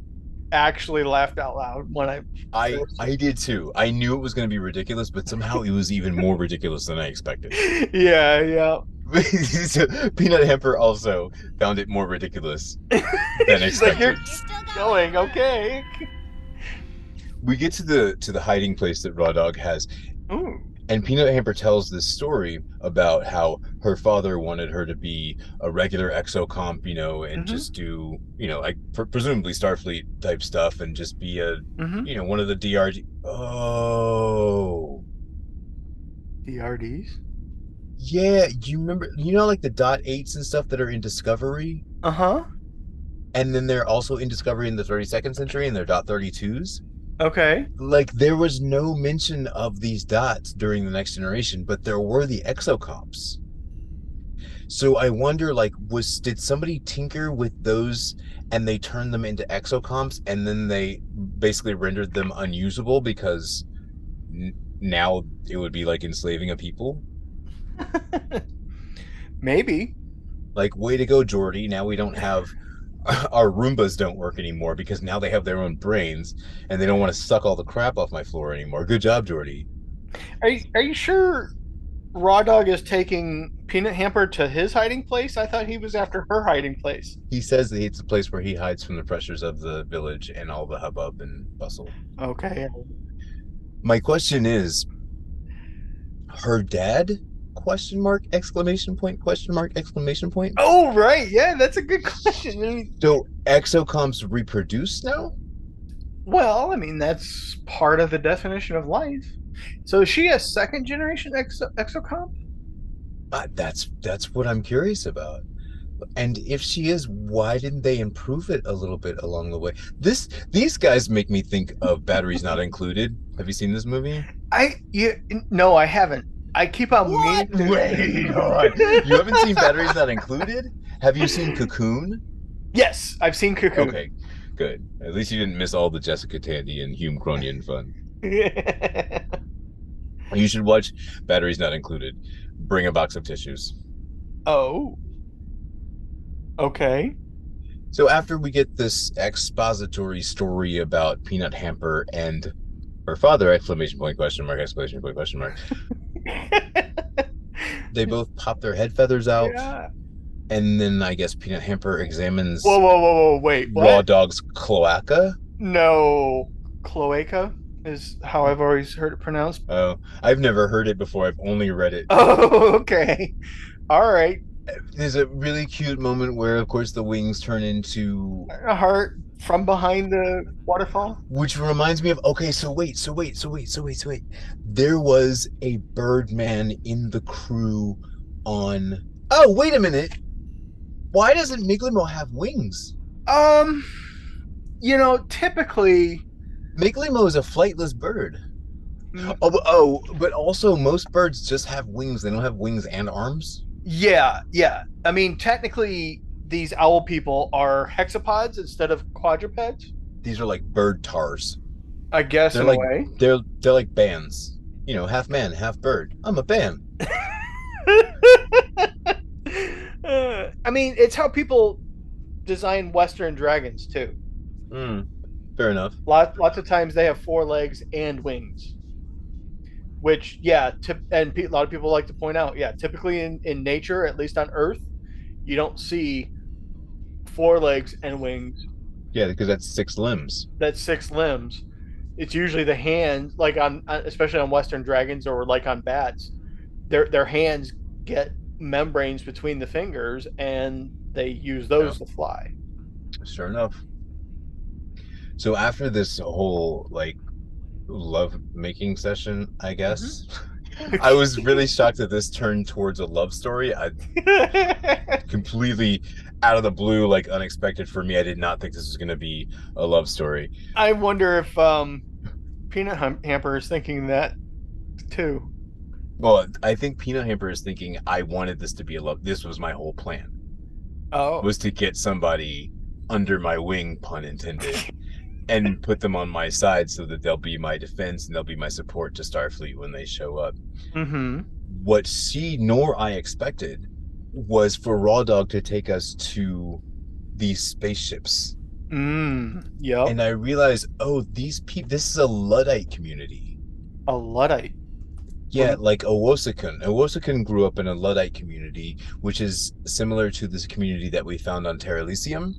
B: actually laughed out loud when I
A: I I did too. I knew it was going to be ridiculous, but somehow it was even more ridiculous than I expected.
B: yeah, yeah.
A: So, Peanut Hamper also found it more ridiculous than
B: She's like,
A: expected.
B: "You're
C: Still
B: going okay.
A: we get to the to the hiding place that Raw Dog has,
B: Ooh.
A: and Peanut Hamper tells this story about how her father wanted her to be a regular exo comp, you know, and
B: Mhm.
A: just do you know like pre- presumably Starfleet type stuff, and just be a
B: Mm-hmm.
A: you know one of the DRG. Oh.
B: DRDs.
A: Yeah, do you remember? You know, like the dot eights and stuff that are in Discovery,
B: Uh huh.
A: and then they're also in Discovery in the 32nd century, and they're dot 32s.
B: Okay.
A: Like there was no mention of these dots during the Next Generation, but there were the exocomps. So I wonder, like, was did somebody tinker with those, and they turned them into exocomps, and then they basically rendered them unusable because n- now it would be like enslaving a people.
B: Maybe.
A: Like, way to go, Jordy. Now we don't have our Roombas don't work anymore because now they have their own brains and they don't want to suck all the crap off my floor anymore. Good job, Jordy.
B: Are you, are you sure Raw Dog is taking Peanut Hamper to his hiding place? I thought he was after her hiding place.
A: He says that it's a place where he hides from the pressures of the village and all the hubbub and bustle.
B: Okay.
A: My question is her dad? Question mark, exclamation point, question mark, exclamation point.
B: Oh right, yeah, that's a good question. I mean,
A: So exocomps reproduce now?
B: well, I mean that's part of the definition of life. So is she a second generation exo- exocomp?
A: Uh, that's that's what I'm curious about. And if she is, why didn't they improve it a little bit along the way? This these guys make me think of batteries not included. Have you seen this movie?
B: I yeah, no, I haven't. I keep on
A: What?
B: meaning. to-
A: Wait, hold You haven't seen batteries not included? Have you seen Cocoon?
B: Yes, I've seen Cuckoo.
A: Okay, good. At least you didn't miss all the Jessica Tandy and Hume Cronion fun. You should watch Batteries Not Included. Bring a box of tissues.
B: oh. Okay.
A: So after we get this expository story about Peanut Hamper and her father, exclamation point, question mark, exclamation point, question mark, they both pop their head feathers out,
B: Yeah.
A: and then I guess Peanut Hamper examines
B: Whoa, whoa, whoa, whoa! Wait, what?
A: Raw Dog's cloaca.
B: No, cloaca is how I've always heard it pronounced.
A: Oh, I've never heard it before. I've only read it.
B: Oh, okay. All right.
A: There's a really cute moment where, of course, the wings turn into
B: A heart from behind the waterfall.
A: which reminds me of okay so wait so wait so wait so wait so wait there was a birdman in the crew on oh wait a minute why doesn't miglimo have wings
B: Um, you know, typically
A: Miglimo is a flightless bird. Oh, but, oh, but also most birds just have wings. They don't have wings and arms.
B: Yeah, yeah. I mean, technically, these owl people are hexapods instead of quadrupeds.
A: These are like bird tars.
B: I guess
A: They're
B: in
A: like-
B: a way.
A: They're they're like bands. You know, half man, half bird. I'm a band.
B: Uh, I mean, it's how people design Western dragons too.
A: Mm, fair enough.
B: Lots, lots of times they have four legs and wings. Which, yeah, tip, and pe- a lot of people like to point out, yeah, typically in, in nature, at least on Earth, you don't see four legs and wings.
A: Yeah, because that's six limbs.
B: That's six limbs. It's usually the hands, like on, on especially on Western dragons or like on bats, their their hands get membranes between the fingers, and they use those to fly.
A: Sure enough. So after this whole like love making session, I guess. I was really shocked that this turned towards a love story. I completely out of the blue, like unexpected for me. I did not think this was going to be a love story.
B: I wonder if um, Peanut Hum- Hamper is thinking that too.
A: Well, I think Peanut Hamper is thinking I wanted this to be a love. This was my whole plan
B: Oh,
A: was to get somebody under my wing, pun intended, and put them on my side so that they'll be my defense and they'll be my support to Starfleet when they show up.
B: mm-hmm.
A: what she nor I expected was for Raw Dog to take us to these spaceships.
B: Mm, yep.
A: And I realized, oh, these people, this is a Luddite community.
B: a luddite.
A: Yeah, like Owosakun. Owosakun grew up in a Luddite community, which is similar to this community that we found on Terra Elysium.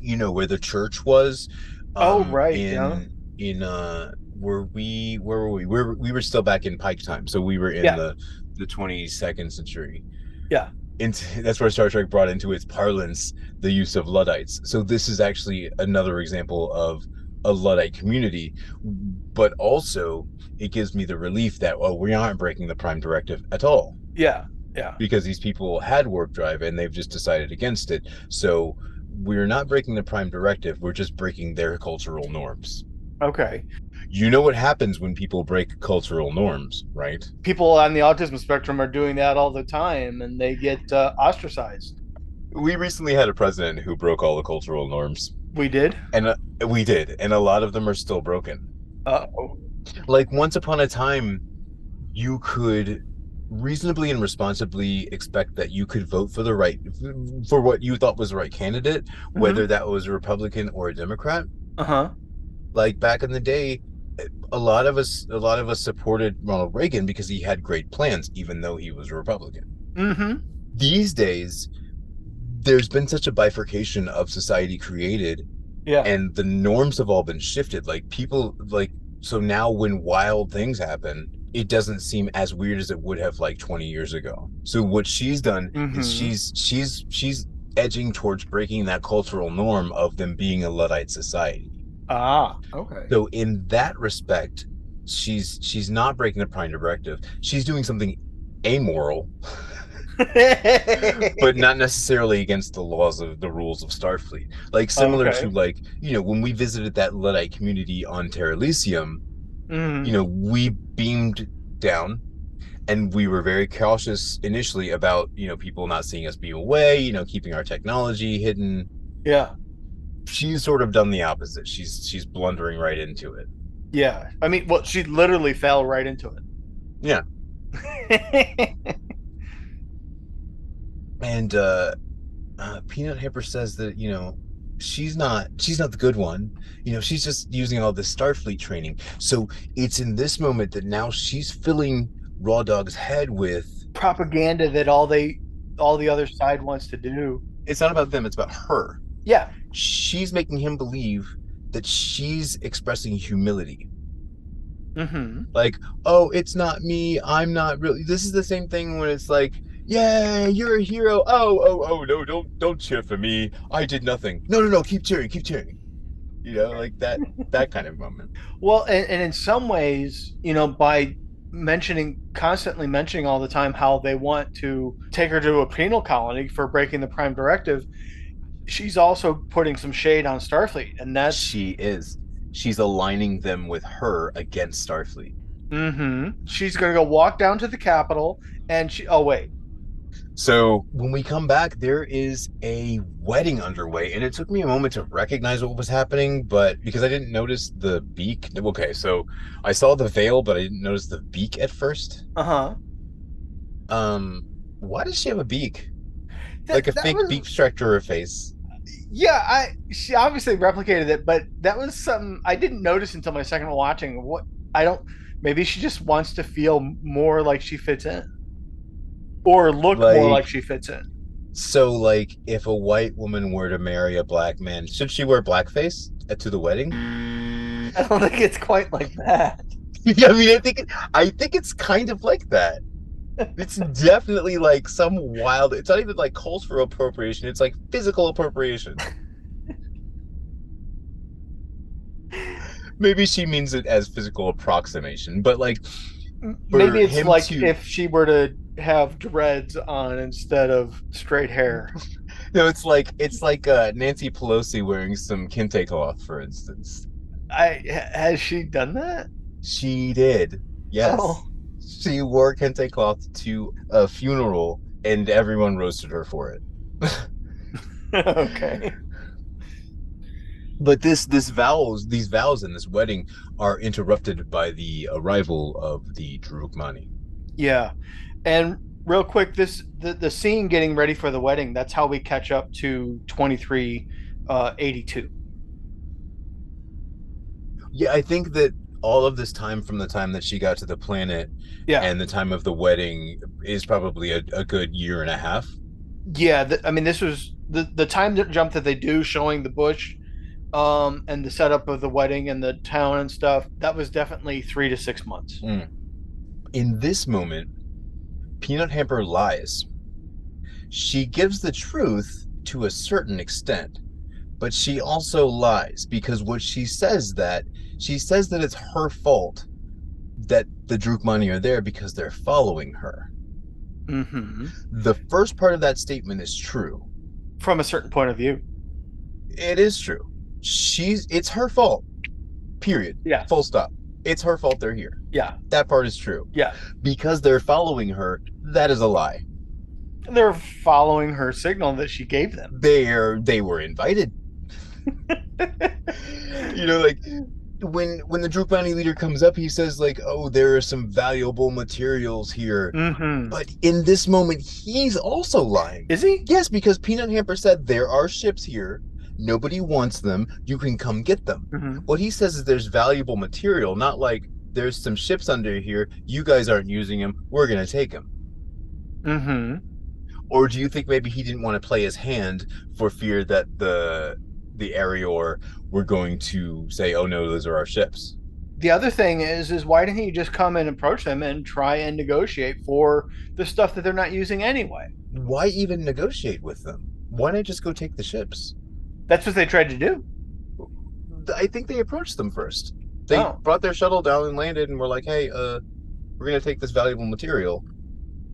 A: You know, where the church was.
B: Oh,
A: um,
B: right,
A: In,
B: yeah.
A: in, uh, were we, where were we? we were, we were still back in Pike time. So we were in
B: Yeah.
A: the, the 22nd century.
B: Yeah.
A: And that's where Star Trek brought into its parlance the use of Luddites. So this is actually another example of a Luddite community, but also it gives me the relief that well we aren't breaking the prime directive at all
B: Yeah.
A: because these people had warp drive and they've just decided against it so we're not breaking the prime directive we're just breaking their cultural norms
B: Okay.
A: you know what happens when people break cultural norms right
B: People on the autism spectrum are doing that all the time, and they get uh, ostracized.
A: we recently had a president who broke all the cultural norms
B: We did.
A: we did and a lot of them are still broken
B: Uh oh.
A: like once upon a time you could reasonably and responsibly expect that you could vote for the right for what you thought was the right candidate whether that was a republican or a democrat
B: Uh huh.
A: like back in the day a lot of us a lot of us supported ronald reagan because he had great plans even though he was a republican
B: Mm-hmm.
A: these days there's been such a bifurcation of society created
B: Yeah.
A: and the norms have all been shifted like people like so now when wild things happen it doesn't seem as weird as it would have like 20 years ago so what she's done is
B: Mhm.
A: she's she's she's edging towards breaking that cultural norm of them being a luddite society
B: ah. Okay.
A: so in that respect she's she's not breaking the prime directive she's doing something amoral but not necessarily against the laws of the rules of Starfleet. Like similar
B: Okay.
A: to like you know when we visited that Luddite community on Terra Elysium,
B: Mhm.
A: you know we beamed down, and we were very cautious initially about you know people not seeing us beam away, you know keeping our technology hidden.
B: Yeah.
A: She's sort of done the opposite. She's she's blundering right into it.
B: Yeah. I mean, well, she literally fell right into it.
A: Yeah. and uh, uh peanut hamper says that you know she's not she's not the good one you know she's just using all this starfleet training so it's in this moment that now she's filling raw dog's head with
B: Propaganda that all they, all the other side wants to do.
A: it's not about them it's about her
B: Yeah.
A: she's making him believe that she's expressing humility
B: Mm-hmm.
A: like oh it's not me i'm not really this is the same thing when it's like yeah you're a hero oh oh oh no don't don't cheer for me i did nothing no no no keep cheering keep cheering you know like that that kind of moment
B: Well, and, and in some ways, you know, by mentioning constantly mentioning all the time how they want to take her to a penal colony for breaking the prime directive, she's also putting some shade on Starfleet, and that's
A: she is she's aligning them with her against Starfleet.
B: Mm-hmm. She's gonna go walk down to the Capitol, and she. Oh wait.
A: So when we come back, there is a wedding underway, and it took me a moment to recognize what was happening, but because I didn't notice the beak. Okay, so I saw the veil, but I didn't notice the beak at first.
B: Uh huh.
A: Um, why does she have a beak? like a fake beak strap to her face.
B: Yeah, I. She obviously replicated it, but that was something I didn't notice until my second watching. What I don't. Maybe she just wants to feel more like she fits in, or look more
A: Like-
B: like she fits in.
A: So, like, if a white woman were to marry a black man, should she wear blackface at- to the wedding?
B: I don't think it's quite like that.
A: I mean, I think I think it's kind of like that. It's definitely like some wild. It's not even like cultural appropriation. It's like physical appropriation. Maybe she means it as physical approximation, but like
B: M-
A: For
B: Maybe it's
A: him
B: like
A: to-
B: if she were to have dreads on instead of straight hair.
A: no, it's like it's like uh, Nancy Pelosi wearing some kente cloth, for instance.
B: I ha- has she done that?
A: She did. Yes.
B: Oh.
A: She wore kente cloth to a funeral and everyone roasted her for it.
B: okay.
A: But this this vows these vows in this wedding are interrupted by the arrival of the Drukmani.
B: Yeah, and real quick, this the, the scene getting ready for the wedding. That's how we catch up to twenty three uh, eighty two.
A: Yeah, I think that all of this time from the time that she got to the planet
B: Yeah.
A: and the time of the wedding is probably a, a good year and a half.
B: Yeah, th- I mean this was the the time that jump that they do showing the bush, um, and the setup of the wedding and the town and stuff. That was definitely three to six months.
A: In this moment, Peanut Hamper lies. She gives the truth to a certain extent, but she also lies because what she says that she says that it's her fault that the Drukmani are there because they're following her.
B: Mm-hmm.
A: The first part of that statement is true.
B: From a certain point of view.
A: It is true. She's it's her fault. Period.
B: Yeah.
A: Full stop. It's her fault they're here.
B: Yeah.
A: That part is true.
B: Yeah.
A: Because they're following her, that is a lie.
B: They're following her signal that she gave them.
A: they're they were invited you know like when when the Drukmani leader comes up he says like oh there are some valuable materials here
B: Mm-hmm.
A: but in this moment he's also lying
B: Is he?
A: yes because peanut hamper said there are ships here nobody wants them you can come get them
B: Mm-hmm.
A: what he says is there's valuable material not like there's some ships under here you guys aren't using them we're going to take them
B: Mm-hmm.
A: or do you think maybe he didn't want to play his hand for fear that the the Arior were going to say, "Oh no, those are our ships."
B: The other thing is, is why didn't he just come and approach them and try and negotiate for the stuff that they're not using anyway?
A: Why even negotiate with them? Why not just go take the ships?
B: That's what they tried to do.
A: I think they approached them first. They
B: Oh.
A: brought their shuttle down and landed, and were like, "Hey, uh, we're gonna take this valuable material."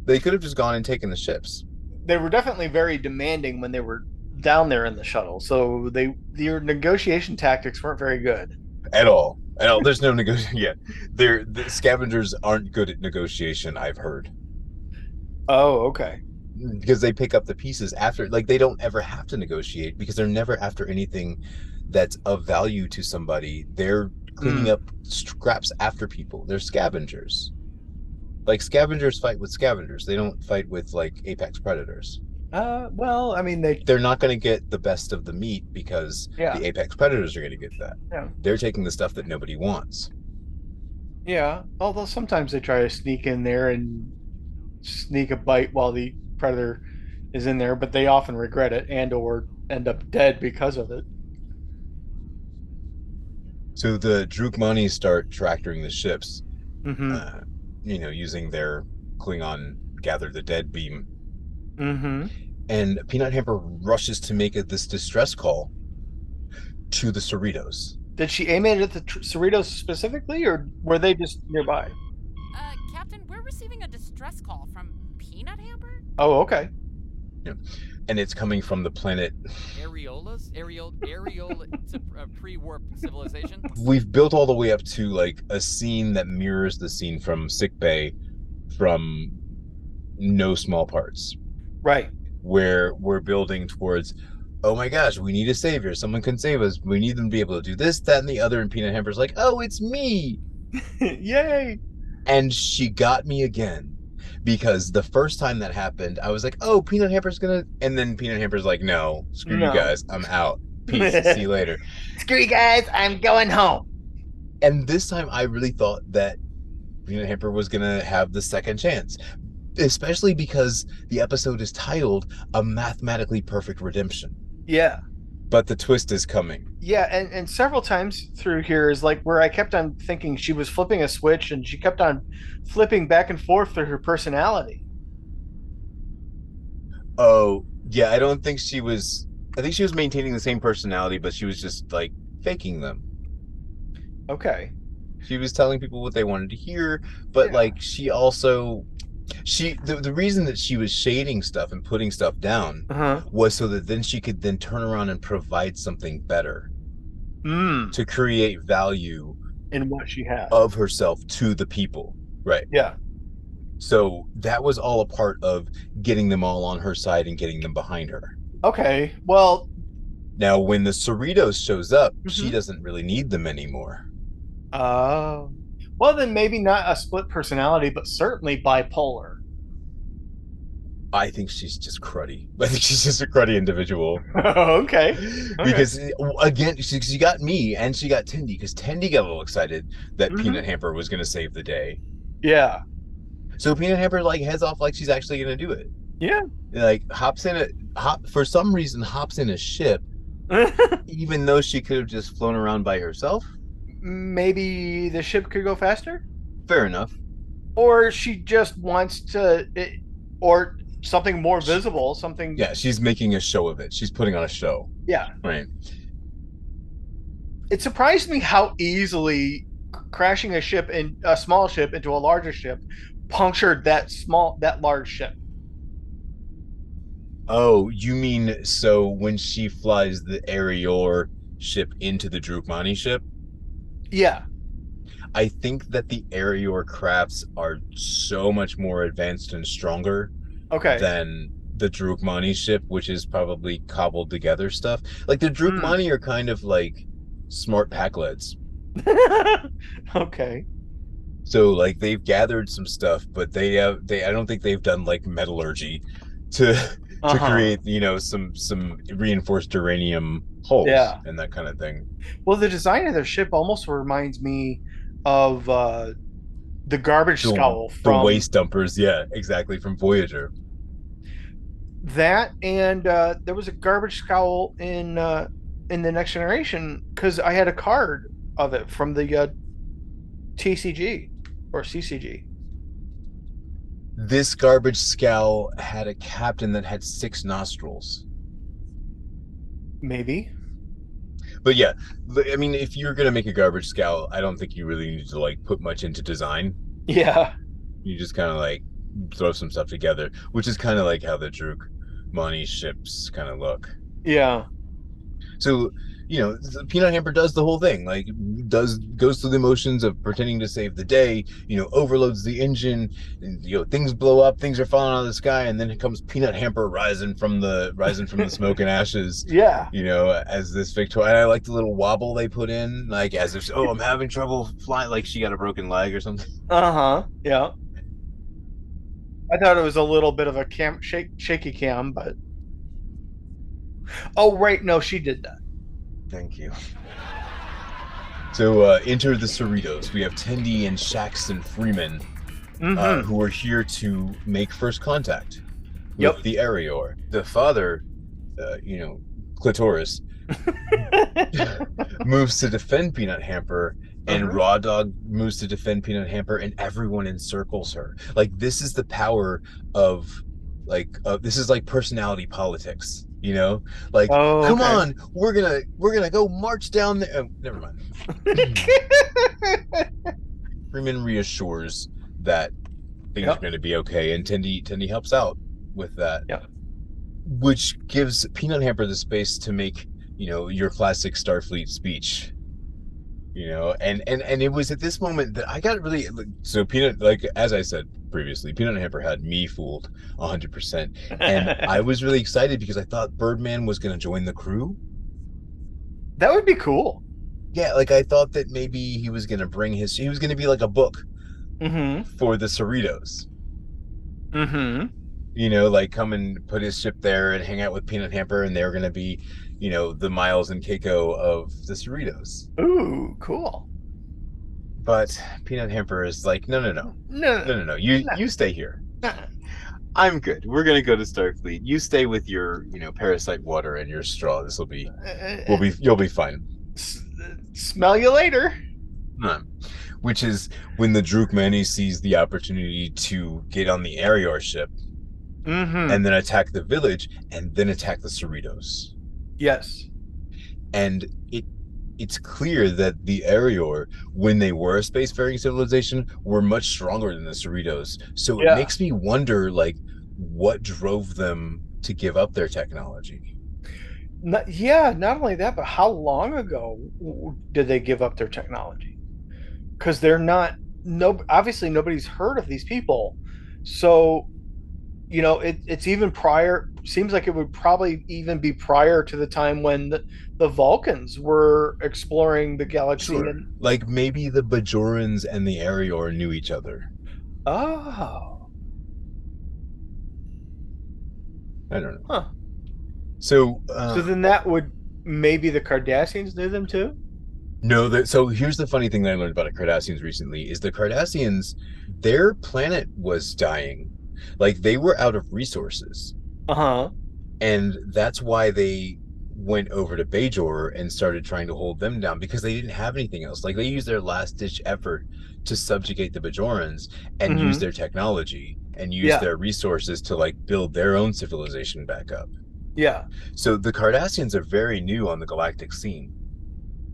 A: They could have just gone and taken the ships.
B: They were definitely very demanding when they were down there in the shuttle. So they their negotiation tactics weren't very good.
A: at all. At all. There's no negotiation. Yeah, they're the scavengers aren't good at negotiation. I've heard.
B: Oh, okay.
A: Mm, because they pick up the pieces after like they don't ever have to negotiate because they're never after anything that's of value to somebody they're
B: Mm.
A: cleaning up scraps after people they're scavengers like scavengers fight with scavengers they don't fight with like apex predators
B: Uh, well, I mean they.
A: they're not going to get the best of the meat because
B: Yeah.
A: the apex predators are going to get that
B: Yeah.
A: they're taking the stuff that nobody wants
B: Yeah. Although sometimes they try to sneak in there and sneak a bite while the predator is in there, but they often regret it and or end up dead because of it.
A: so the drukmani start tractoring the ships
B: Mm-hmm.
A: uh, you know using their klingon gather the dead beam
B: Mm-hmm.
A: and Peanut Hamper rushes to make it this distress call to the Cerritos.
B: Did she aim it at the tr- Cerritos specifically, or were they just nearby?
I: Uh, Captain, we're receiving a distress call from Peanut Hamper?
B: Oh, okay.
A: and it's coming from the planet.
I: Areolas? Areol Areola it's a, pr- a pre-warp civilization?
A: We've built all the way up to like a scene that mirrors the scene from Sick Bay from No Small Parts,
B: Right.
A: where we're building towards, oh my gosh, we need a savior. Someone can save us. We need them to be able to do this, that, and the other. And Peanut Hamper's like, oh, it's me.
B: Yay.
A: and she got me again because the first time that happened i was like oh peanut hamper's gonna and then peanut hamper's like no screw
B: No.
A: you guys i'm out peace see you later
B: Screw you guys. I'm going home.
A: and this time i really thought that peanut hamper was gonna have the second chance especially because the episode is titled a mathematically perfect redemption
B: Yeah.
A: but the twist is coming
B: Yeah, and, and several times through here is like where I kept on thinking she was flipping a switch and she kept on flipping back and forth through her personality.
A: oh yeah i don't think she was i think she was maintaining the same personality but she was just like faking them
B: Okay.
A: she was telling people what they wanted to hear but
B: Yeah.
A: like she also she the, the reason that she was shading stuff and putting stuff down
B: Uh-huh.
A: was so that then she could then turn around and provide something better
B: Mm.
A: to create value
B: In what she has.
A: of herself to the people right
B: Yeah.
A: so that was all a part of getting them all on her side and getting them behind her
B: Okay. Well,
A: now when the cerritos shows up she
B: Mhm.
A: doesn't really need them anymore
B: uh, well then maybe not a split personality, but certainly bipolar.
A: i think she's just cruddy i think she's just a cruddy individual
B: okay.
A: because eh, again she, she got me and she got tendy because tendy got a little excited that
B: Mhm.
A: peanut hamper was going to save the day
B: Yeah.
A: so peanut hamper like heads off like she's actually going to do it
B: Yeah.
A: like hops in a hop for some reason hops in a ship even though she could have just flown around by herself
B: maybe the ship could go faster?
A: fair enough
B: or she just wants to it, or something more visible something
A: yeah she's making a show of it she's putting on a show
B: Yeah.
A: right
B: it surprised me how easily c- crashing a ship in a small ship into a larger ship punctured that small that large ship
A: oh you mean so when she flies the aerior ship into the drukmani ship
B: yeah
A: I think that the Arior crafts are so much more advanced and stronger
B: okay
A: than the Drukmani ship, which is probably cobbled together stuff. Like
B: Hmm.
A: the Drukmani are kind of like smart pack leads.
B: okay
A: So like they've gathered some stuff, but they have they I don't think they've done like metallurgy to to
B: Uh-huh.
A: create, you know, some some reinforced uranium holes
B: Yeah.
A: and that kind of thing.
B: well the design of their ship almost reminds me of uh the garbage
A: The-
B: scowl from
A: the waste dumpers, yeah, exactly from Voyager.
B: that and uh, there was a garbage scowl in uh, in the next generation because I had a card of it from the uh, TCG or CCG.
A: this garbage scowl had a captain that had six nostrils.
B: Maybe
A: But yeah, the- I mean, if you're gonna make a garbage scowl, I don't think you really need to like put much into design.
B: yeah,
A: You just kind of like throw some stuff together, which is kind of like how the Druk Mani ships kind of look.
B: yeah,
A: So you know, the Peanut Hamper does the whole thing. Like does goes through the motions of pretending to save the day. You know, overloads the engine. and, You know, things blow up. Things are falling out of the sky, and then comes Peanut Hamper rising from the rising from the smoke and ashes.
B: yeah,
A: you know, as this Victoria. I like the little wobble they put in, like as if, oh, I'm having trouble flying, like she got a broken leg or something.
B: uh huh, yeah. I thought it was a little bit of a cam shake shaky cam, but oh right, no, she did that.
A: Thank you. So uh, enter the Cerritos. We have Tendy and Shaxton Freeman, uh,
B: Mhm.
A: who are here to make first contact with
B: Yep.
A: the Arior. The father, uh, you know, Clitoris, moves to defend Peanut Hamper, and
B: Uh-huh.
A: Raw Dog moves to defend Peanut Hamper, and everyone encircles her. Like this is the power of, like, uh, this is like personality politics. You know, like,
B: oh,
A: come
B: okay.
A: on, we're gonna we're gonna go march down the. Oh, never mind. Freeman reassures that things
B: Yep.
A: are going to be okay, and Tendy Tendy helps out with that.
B: Yep.
A: which gives Peanut Hamper the space to make you know your classic Starfleet speech. You know, and and and it was at this moment that I got really like, so Peanut like as I said previously, Peanut Hamper had me fooled hundred percent, and I was really excited because I thought Birdman was going to join the crew.
B: That would be cool.
A: Yeah, like I thought that maybe he was going to bring his he was going to be like a book
B: Mm
A: for the Cerritos.
B: hmm. Mm hmm.
A: you know, like come and put his ship there and hang out with Peanut Hamper, and they're gonna be, you know, the Miles and Keiko of the Cerritos.
B: Ooh, cool.
A: But Peanut Hamper is like, no, no, no,
B: No,
A: no, no, no. You
B: No.
A: you stay here.
B: no.
A: I'm good. We're gonna go to Starfleet. You stay with your, you know, parasite water and your straw. This will be, we'll be, you'll be fine.
B: uh, S- smell you later.
A: Um, Which is when the Druk Manny sees the opportunity to get on the Arior ship
B: Mm hmm.
A: and then attack the village and then attack the Cerritos.
B: yes.
A: and it it's clear that the Arior, when they were a spacefaring civilization, were much stronger than the Cerritos. So
B: Yeah.
A: it makes me wonder, like, what drove them to give up their technology?
B: Not, yeah, not only that, but how long ago w- did they give up their technology? Because they're not no obviously nobody's heard of these people, so you know it, it's even prior. Seems like it would probably even be prior to the time when the, the Vulcans were exploring the galaxy.
A: Sure.
B: And,
A: Like maybe the Bajorans and the Arior knew each other.
B: oh,
A: I don't know.
B: Huh.
A: So, uh,
B: so then that would maybe the Cardassians knew them too.
A: no. The, so here's the funny thing that I learned about the Cardassians recently: is the Cardassians, their planet was dying, like they were out of resources.
B: Uh huh.
A: and that's why they went over to Bajor and started trying to hold them down because they didn't have anything else. Like they used their last ditch effort to subjugate the Bajorans and use
B: Mhm.
A: their technology and use
B: Yeah.
A: their resources to like build their own civilization back up.
B: Yeah.
A: So the Cardassians are very new on the galactic scene.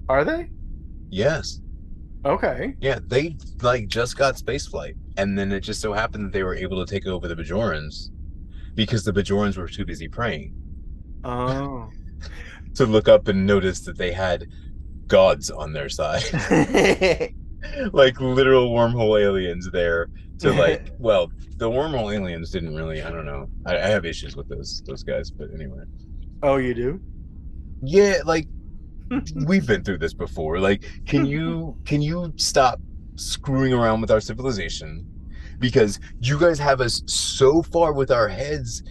B: Are they?
A: Yes.
B: Okay.
A: Yeah, they like just got spaceflight and then it just so happened that they were able to take over the Bajorans because the Bajorans were too busy praying.
B: Oh.
A: to look up and notice that they had gods on their side, like literal wormhole aliens there. To like, well, the wormhole aliens didn't really. I don't know. I, I have issues with those those guys, but anyway.
B: oh, you do.
A: Yeah, like we've been through this before. Like, can you can you stop screwing around with our civilization? Because you guys have us so far with our heads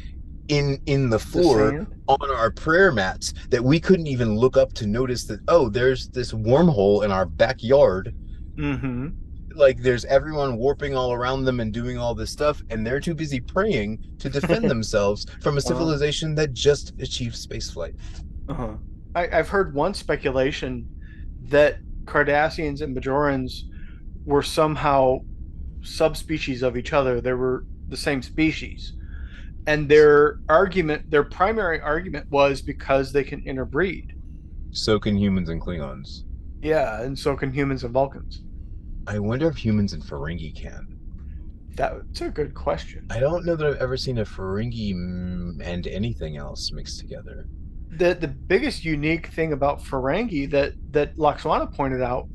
A: in in the floor on our prayer mats that we couldn't even look up to notice that oh there's this wormhole in our backyard
B: Mm-hmm.
A: like there's everyone warping all around them and doing all this stuff and they're too busy praying to defend themselves from a civilization that just achieved spaceflight
B: Uh-huh. I, I've heard one speculation that Cardassians and Bajorans were somehow subspecies of each other. They were the same species. And their argument, their primary argument was because they can interbreed.
A: so can humans and klingons
B: Yeah, and so can humans and Vulcans.
A: i wonder if humans and ferengi can
B: That's a good question.
A: i don't know that i've ever seen a ferengi mm, and anything else mixed together
B: the the biggest unique thing about Ferengi that that Laxwana pointed out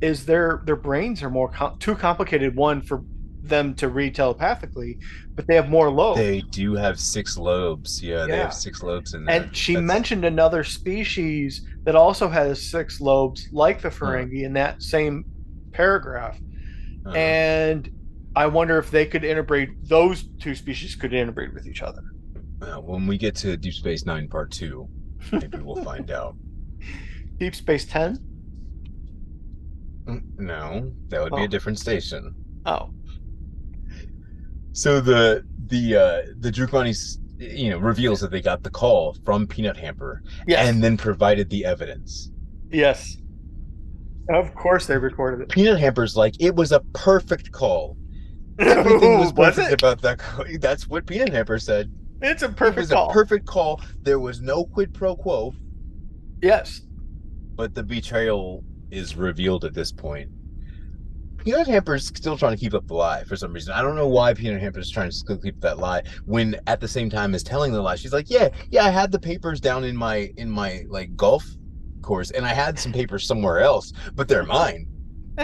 B: is their their brains are more com- too complicated one for them to read telepathically, but they have more lobes.
A: they do have six lobes Oh. yeah, they
B: Yeah.
A: have six lobes in there
B: and she
A: That's-
B: mentioned another species that also has six lobes, like the Ferengi, in that same paragraph.
A: uh,
B: And I wonder if they could interbreed; those two species could interbreed with each other.
A: Uh, when we get to Deep Space Nine Part Two, maybe we'll find out.
B: Deep Space Ten.
A: Mm, No, that would be
B: Oh.
A: a different station.
B: Oh,
A: So the the uh, the Drukmani, s- you know, reveals that they got the call from Peanut Hamper
B: yes,
A: and then provided the evidence.
B: yes. Of course, they recorded it.
A: Peanut Hamper's like, it was a perfect call. Everything was
B: Was
A: perfect
B: it?
A: about that. Call. That's what Peanut Hamper said.
B: It's a
A: it
B: perfect
A: was
B: call.
A: a perfect call. There was no quid pro quo,
B: yes.
A: but the betrayal is revealed at this point. Peanut Hamper's still trying to keep up the lie for some reason. I don't know why Peanut Hamper's trying to still keep that lie when at the same time as telling the lie, she's like, "Yeah, yeah, I had the papers down in my in my like golf course, and I had some papers somewhere else, but they're mine."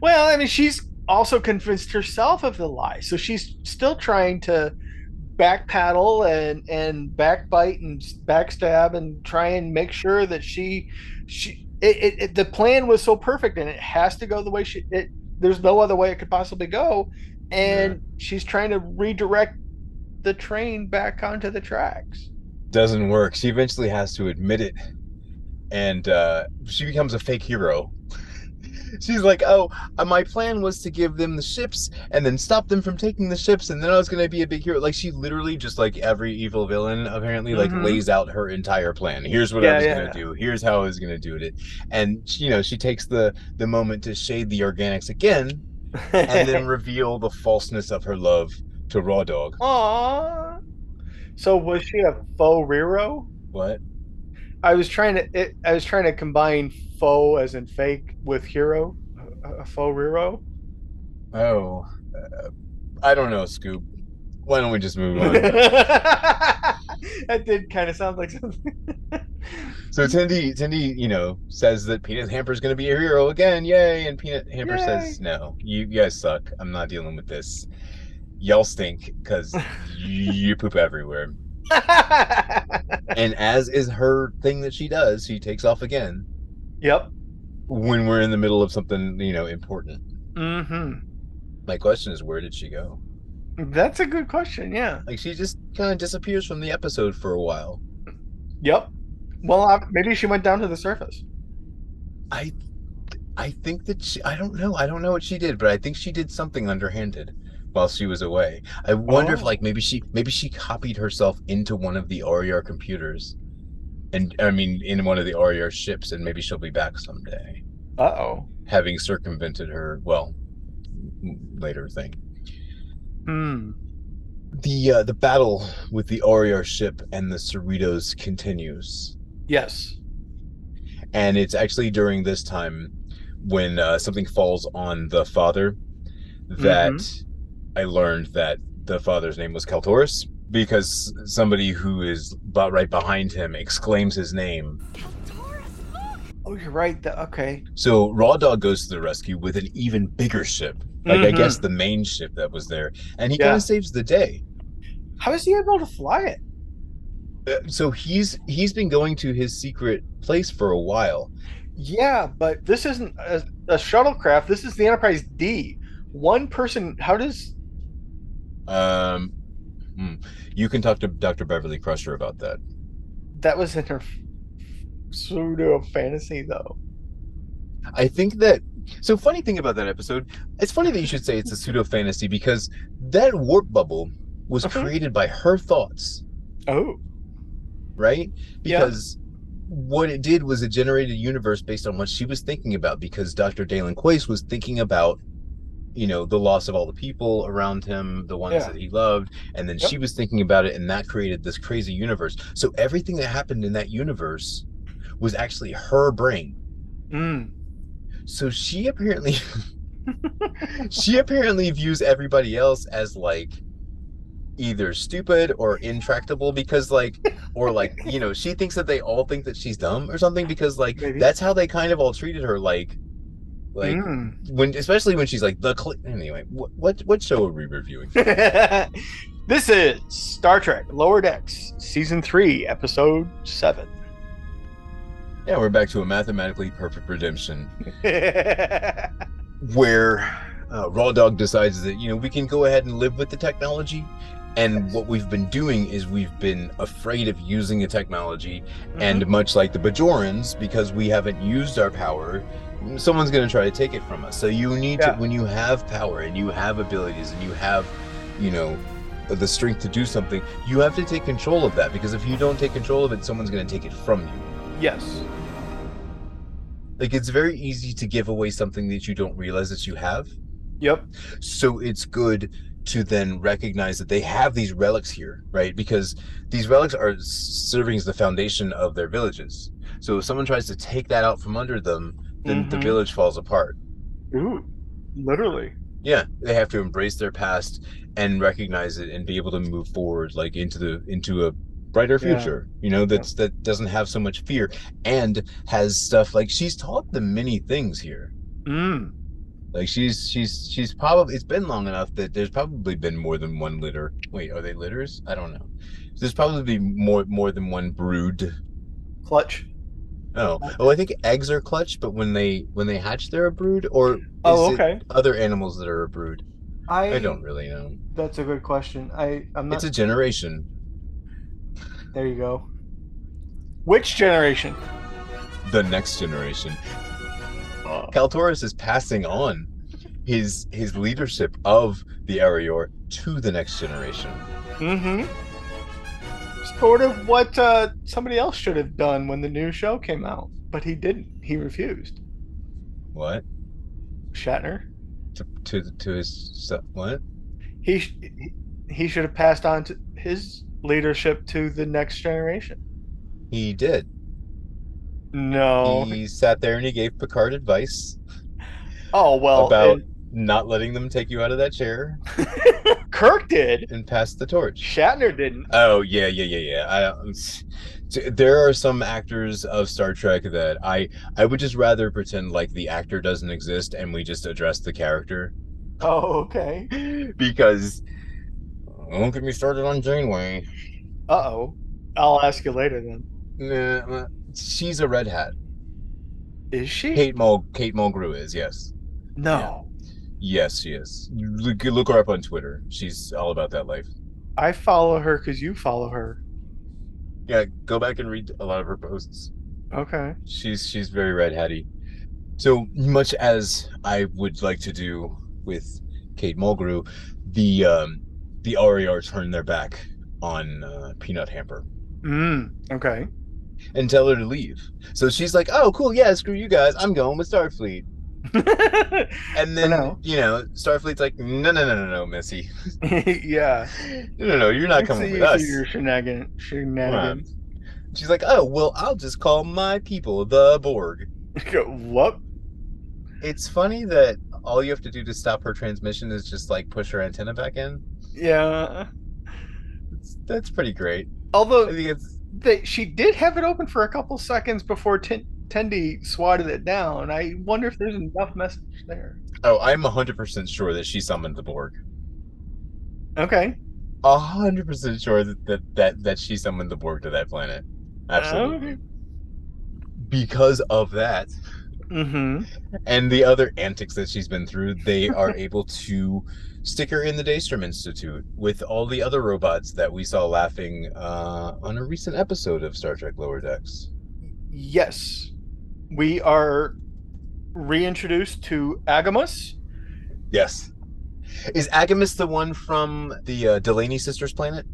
B: well, I mean, she's also convinced herself of the lie, so she's still trying to backpedal and and backbite and s- backstab and try and make sure that she she it, it, it the plan was so perfect and it has to go the way she it there's no other way it could possibly go and she's trying to redirect the train back onto the tracks
A: doesn't work. She eventually has to admit it, and uh, she becomes a fake hero. She's like, "Oh, uh, my plan was to give them the ships and then stop them from taking the ships, and then I was gonna be a big hero." Like she literally, just like every evil villain, apparently, like
B: Mhm.
A: lays out her entire plan. Here's what
B: Yeah,
A: I was
B: yeah.
A: gonna do. Here's how I was gonna do it, and you know, she takes the the moment to shade the organics again, and then reveal the falseness of her love to Raw Dog.
B: Aww. so was she a faux rero
A: What?
B: I was trying to it, I was trying to combine faux as in fake with hero, a- a faux hero.
A: Oh, uh, I don't know, Scoop. Why don't we just move on?
B: that did kind of sound like something.
A: so Tindy, Tindy, you know, says that Peanut Hamper's going to be a hero again, yay! And Peanut Hamper says, "No, you, you guys suck. I'm not dealing with this. Y'all stink because you poop everywhere." And as is her thing that she does, she takes off again
B: yep.
A: when we're in the middle of something, you know, important.
B: Mm-hmm.
A: My question is, where did she go?
B: That's a good question. Yeah.
A: Like she just kind of disappears from the episode for a while.
B: Yep. Well, I, maybe she went down to the surface.
A: I I think that she I don't know. I don't know what she did, but I think she did something underhanded while she was away. I wonder if
B: Oh.
A: like maybe she maybe she copied herself into one of the RER computers. And I mean in one of the RER ships and maybe she'll be back someday.
B: Uh oh.
A: Having circumvented her well m- later thing.
B: Hmm.
A: The uh, the battle with the RER ship and the Cerritos continues.
B: Yes.
A: and it's actually during this time when uh, something falls on the father that I learned that the father's name was Kaltoris because somebody who is about right behind him exclaims his name.
C: Kaltoris, look!
B: Oh, you're right. The, okay.
A: So Raw Dog goes to the rescue with an even bigger ship, like I
B: Mhm.
A: guess the main ship that was there, and he
B: Yeah.
A: kind of saves the day.
B: How is he able to fly it?
A: Uh, So he's he's been going to his secret place for a while.
B: Yeah, but this isn't a, a shuttlecraft. This is the Enterprise D. One person. How does?
A: Um, hmm. you can talk to Dr. Beverly Crusher about that.
B: that was in her f- pseudo fantasy though
A: I think that so funny thing about that episode, it's funny that you should say it's a pseudo fantasy because that warp bubble was
B: Mhm.
A: created by her thoughts,
B: oh
A: right?
B: Yeah.
A: Because what it did was it generated a universe based on what she was thinking about because Dr. Dalen Quace was thinking about you know the loss of all the people around him the ones
B: Yeah.
A: that he loved and then
B: Yep.
A: she was thinking about it and that created this crazy universe so everything that happened in that universe was actually her brain
B: mm.
A: so she apparently she apparently views everybody else as like either stupid or intractable because like or like you know she thinks that they all think that she's dumb or something because like
B: Maybe.
A: that's how they kind of all treated her like like
B: Mm.
A: when especially when she's like the cl- anyway what, what what show are we reviewing
B: this is star trek lower decks season 3 episode 7
A: yeah we're back to a mathematically perfect redemption
B: yeah
A: where uh, Raw Dog decides that you know we can go ahead and live with the technology, and what we've been doing is we've been afraid of using the technology,
B: Mm-hmm.
A: and much like the Bajorans, because we haven't used our power, someone's going to try to take it from us. So you need
B: Yeah.
A: to when you have power and you have abilities and you have, you know. The strength to do something, you have to take control of that because if you don't take control of it, someone's going to take it from you
B: yes
A: like it's very easy to give away something that you don't realize that you have
B: Yep.
A: so it's good to then recognize that they have these relics here right because these relics are s- serving as the foundation of their villages so if someone tries to take that out from under them then the
B: Mhm.
A: village falls apart
B: Ooh, literally.
A: yeah they have to embrace their past and recognize it and be able to move forward like into the into a brighter
B: Yeah.
A: future you know that's that doesn't have so much fear and has stuff like she's taught them many things here
B: Mm.
A: like she's she's she's probably it's been long enough that there's probably been more than one litter wait are they litters i don't know there's probably more more than one brood
B: Clutch.
A: oh oh i think eggs are clutch but when they when they hatch they're a brood or
B: Oh,
A: is it
B: okay.
A: other animals that are a brood
B: I,
A: i don't really know
B: That's a good question. I I'm
A: it's a
B: not.
A: generation
B: there you go. Which generation?
A: the next generation.
B: Uh,
A: Kaltoris is passing on his his leadership of the Arior to the next generation.
B: mm-hmm. Sort of what uh, somebody else should have done when the new show came out, but he didn't. He refused.
A: What
B: Shatner.
A: to to, to his so- what?
B: He sh- he- he should have passed on to his leadership to the next generation.
A: He did.
B: No.
A: He sat there and he gave Picard advice
B: oh well.
A: about
B: and
A: not letting them take you out of that chair
B: Kirk did.
A: and pass the torch.
B: Shatner didn't.
A: Oh yeah, yeah, yeah, yeah. I, um, s- t- there are some actors of Star Trek that I I would just rather pretend like the actor doesn't exist and we just address the character
B: Oh okay.
A: because don't get me started on Janeway.
B: Uh oh. I'll ask you later then.
A: Nah, uh, she's a red hat.
B: Is she?
A: Kate Mul Kate Mulgrew is yes,
B: no.
A: yes, she is. You Look, you look her up on Twitter. She's all about that life.
B: I follow her because you follow her.
A: Yeah, go back and read a lot of her posts.
B: Okay.
A: She's she's very red hatty. So much as I would like to do with Kate Mulgrew, the um, the RER turned their back on uh, Peanut Hamper
B: Mm. Okay.
A: and tell her to leave. So she's like, "Oh, cool, yeah, screw you guys, I'm going with Starfleet." And then
B: now.
A: you know, Starfleet's like, "No, no, no, no, no, Missy,
B: yeah.
A: no, no, no, you're not coming Ah, with us."
B: Your shenagan-
A: Um,
B: shenanigans.
A: she's like, "Oh, well, I'll just call my people, the Borg."
B: Go, what?
A: It's funny that all you have to do to stop her transmission is just like push her antenna back in.
B: Yeah.
A: It's, that's pretty great. I
B: Although
A: think it's
B: they, she did have it open for a couple seconds before Ten- Tendi swatted it down. I wonder if there's enough message there.
A: oh, I'm hundred percent sure that she summoned the Borg.
B: Okay.
A: hundred percent sure that, that that that she summoned the Borg to that planet. Absolutely.
B: Okay.
A: Because of that
B: Mm-hmm.
A: and the other antics that she's been through, they are able to stick her in the Daystrom Institute with all the other robots that we saw laughing uh, on a recent episode of Star Trek Lower Decks.
B: Yes. We are reintroduced to Agamas.
A: Yes. Is Agamas the one from the uh, Delaney sisters planet?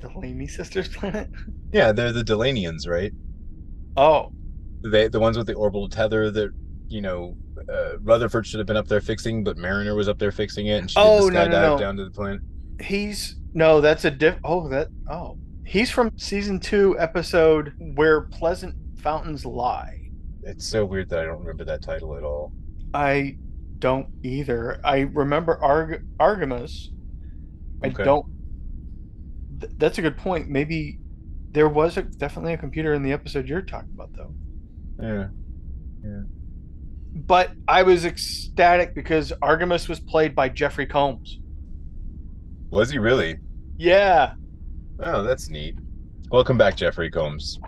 B: Delaney Sisters Planet.
A: Yeah, they're the Delanians, right?
B: Oh.
A: They the ones with the orbital tether that you know uh, Rutherford should have been up there fixing, but Mariner was up there fixing it, and she
B: Oh,
A: did the
B: no,
A: skydive
B: no, no.
A: down to the planet.
B: He's no, that's a diff. Oh, that oh, he's from season two, episode where pleasant fountains lie.
A: It's so weird that I don't remember that title at all.
B: I don't either. I remember Arg- Argamas.
A: Okay.
B: I don't. Th- that's a good point. Maybe there was a, definitely a computer in the episode you're talking about, though.
A: Yeah.
B: But I was ecstatic because Argamas was played by Jeffrey Combs.
A: Was he really?
B: Yeah.
A: Oh, that's neat. Welcome back, Jeffrey Combs.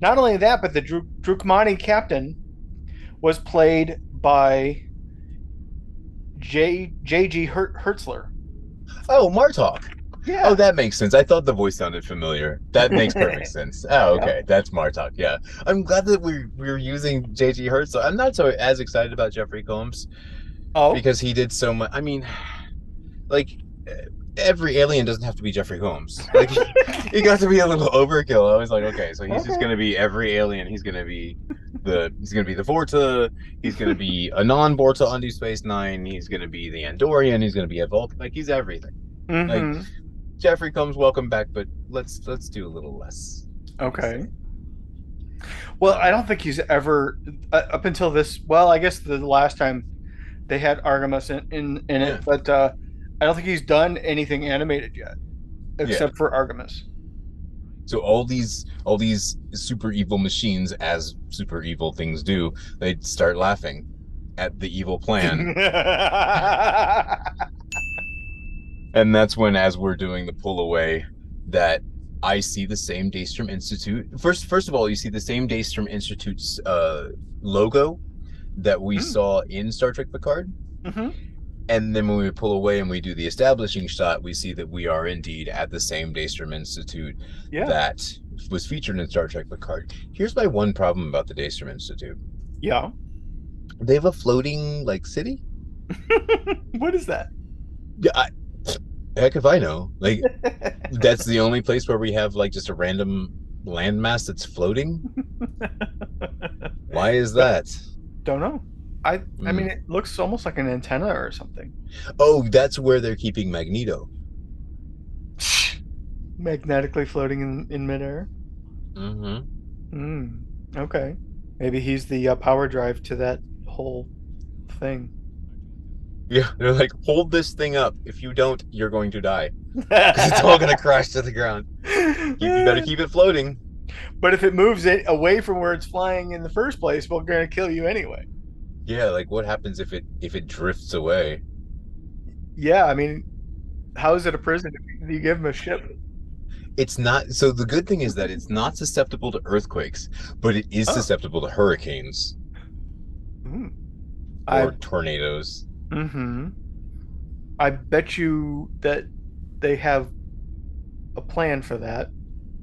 B: Not only that, but the Dru- Drukmani captain was played by J J.G. Her- Hertzler.
A: Oh, Martok.
B: Yeah.
A: Oh, that makes sense. I thought the voice sounded familiar. That makes perfect sense. Oh,
B: Yeah.
A: okay. That's Martok. Yeah. I'm glad that we're we're using JG Hertzler. I'm not so as excited about Jeffrey Combs
B: oh,
A: because he did so much. I mean, like eh, every alien doesn't have to be Jeffrey Combs. Like he got to be a little overkill. I was like, okay, so he's just
B: Okay.
A: gonna be every alien. He's gonna be the he's gonna be the Vorta. He's gonna be a non-Vorta on Deep Space Nine. He's gonna be the Andorian. He's gonna be a Vulcan. Like he's everything.
B: mhm.
A: Jeffrey comes welcome back, but let's let's do a little less.
B: okay. Well, I don't think he's ever uh, up until this. Well, I guess the last time they had Artemis in in, in
A: Yeah.
B: it, but uh, I don't think he's done anything animated yet,
A: Yeah.
B: except for Artemis.
A: So all these all these super evil machines, as super evil things do, they start laughing at the evil plan. and that's when as we're doing the pull away that i see the same daystrom institute first first of all you see the same daystrom institute's uh logo that we
B: Hmm.
A: saw in star trek picard
B: Mhm.
A: and then when we pull away and we do the establishing shot we see that we are indeed at the same daystrom institute
B: Yeah.
A: that was featured in star trek picard here's my one problem about the daystrom institute
B: Yeah.
A: they have a floating like city
B: What is that?
A: yeah I, heck if i know like that's the only place where we have like just a random landmass that's floating. Why is that?
B: Don't know. I I
A: Mm.
B: mean, it looks almost like an antenna or something.
A: Oh, that's where they're keeping Magneto.
B: Magnetically floating in in midair.
A: Mm-hmm.
B: Mm, okay. Maybe he's the uh, power drive to that whole thing.
A: Yeah, they're like, hold this thing up. If you don't, you're going to die. 'Cause it's all gonna crash to the ground. You, you
B: Eh.
A: better keep it floating.
B: But if it moves it away from where it's flying in the first place, we're going to kill you anyway.
A: Yeah, like what happens if it if it drifts away?
B: Yeah, I mean, how is it a prison if you give him a ship?
A: It's not so the good thing is that it's not susceptible to earthquakes, but it is
B: Oh.
A: susceptible to hurricanes
B: Mm.
A: or tornadoes.
B: Mm-hmm. I bet you that they have a plan for that.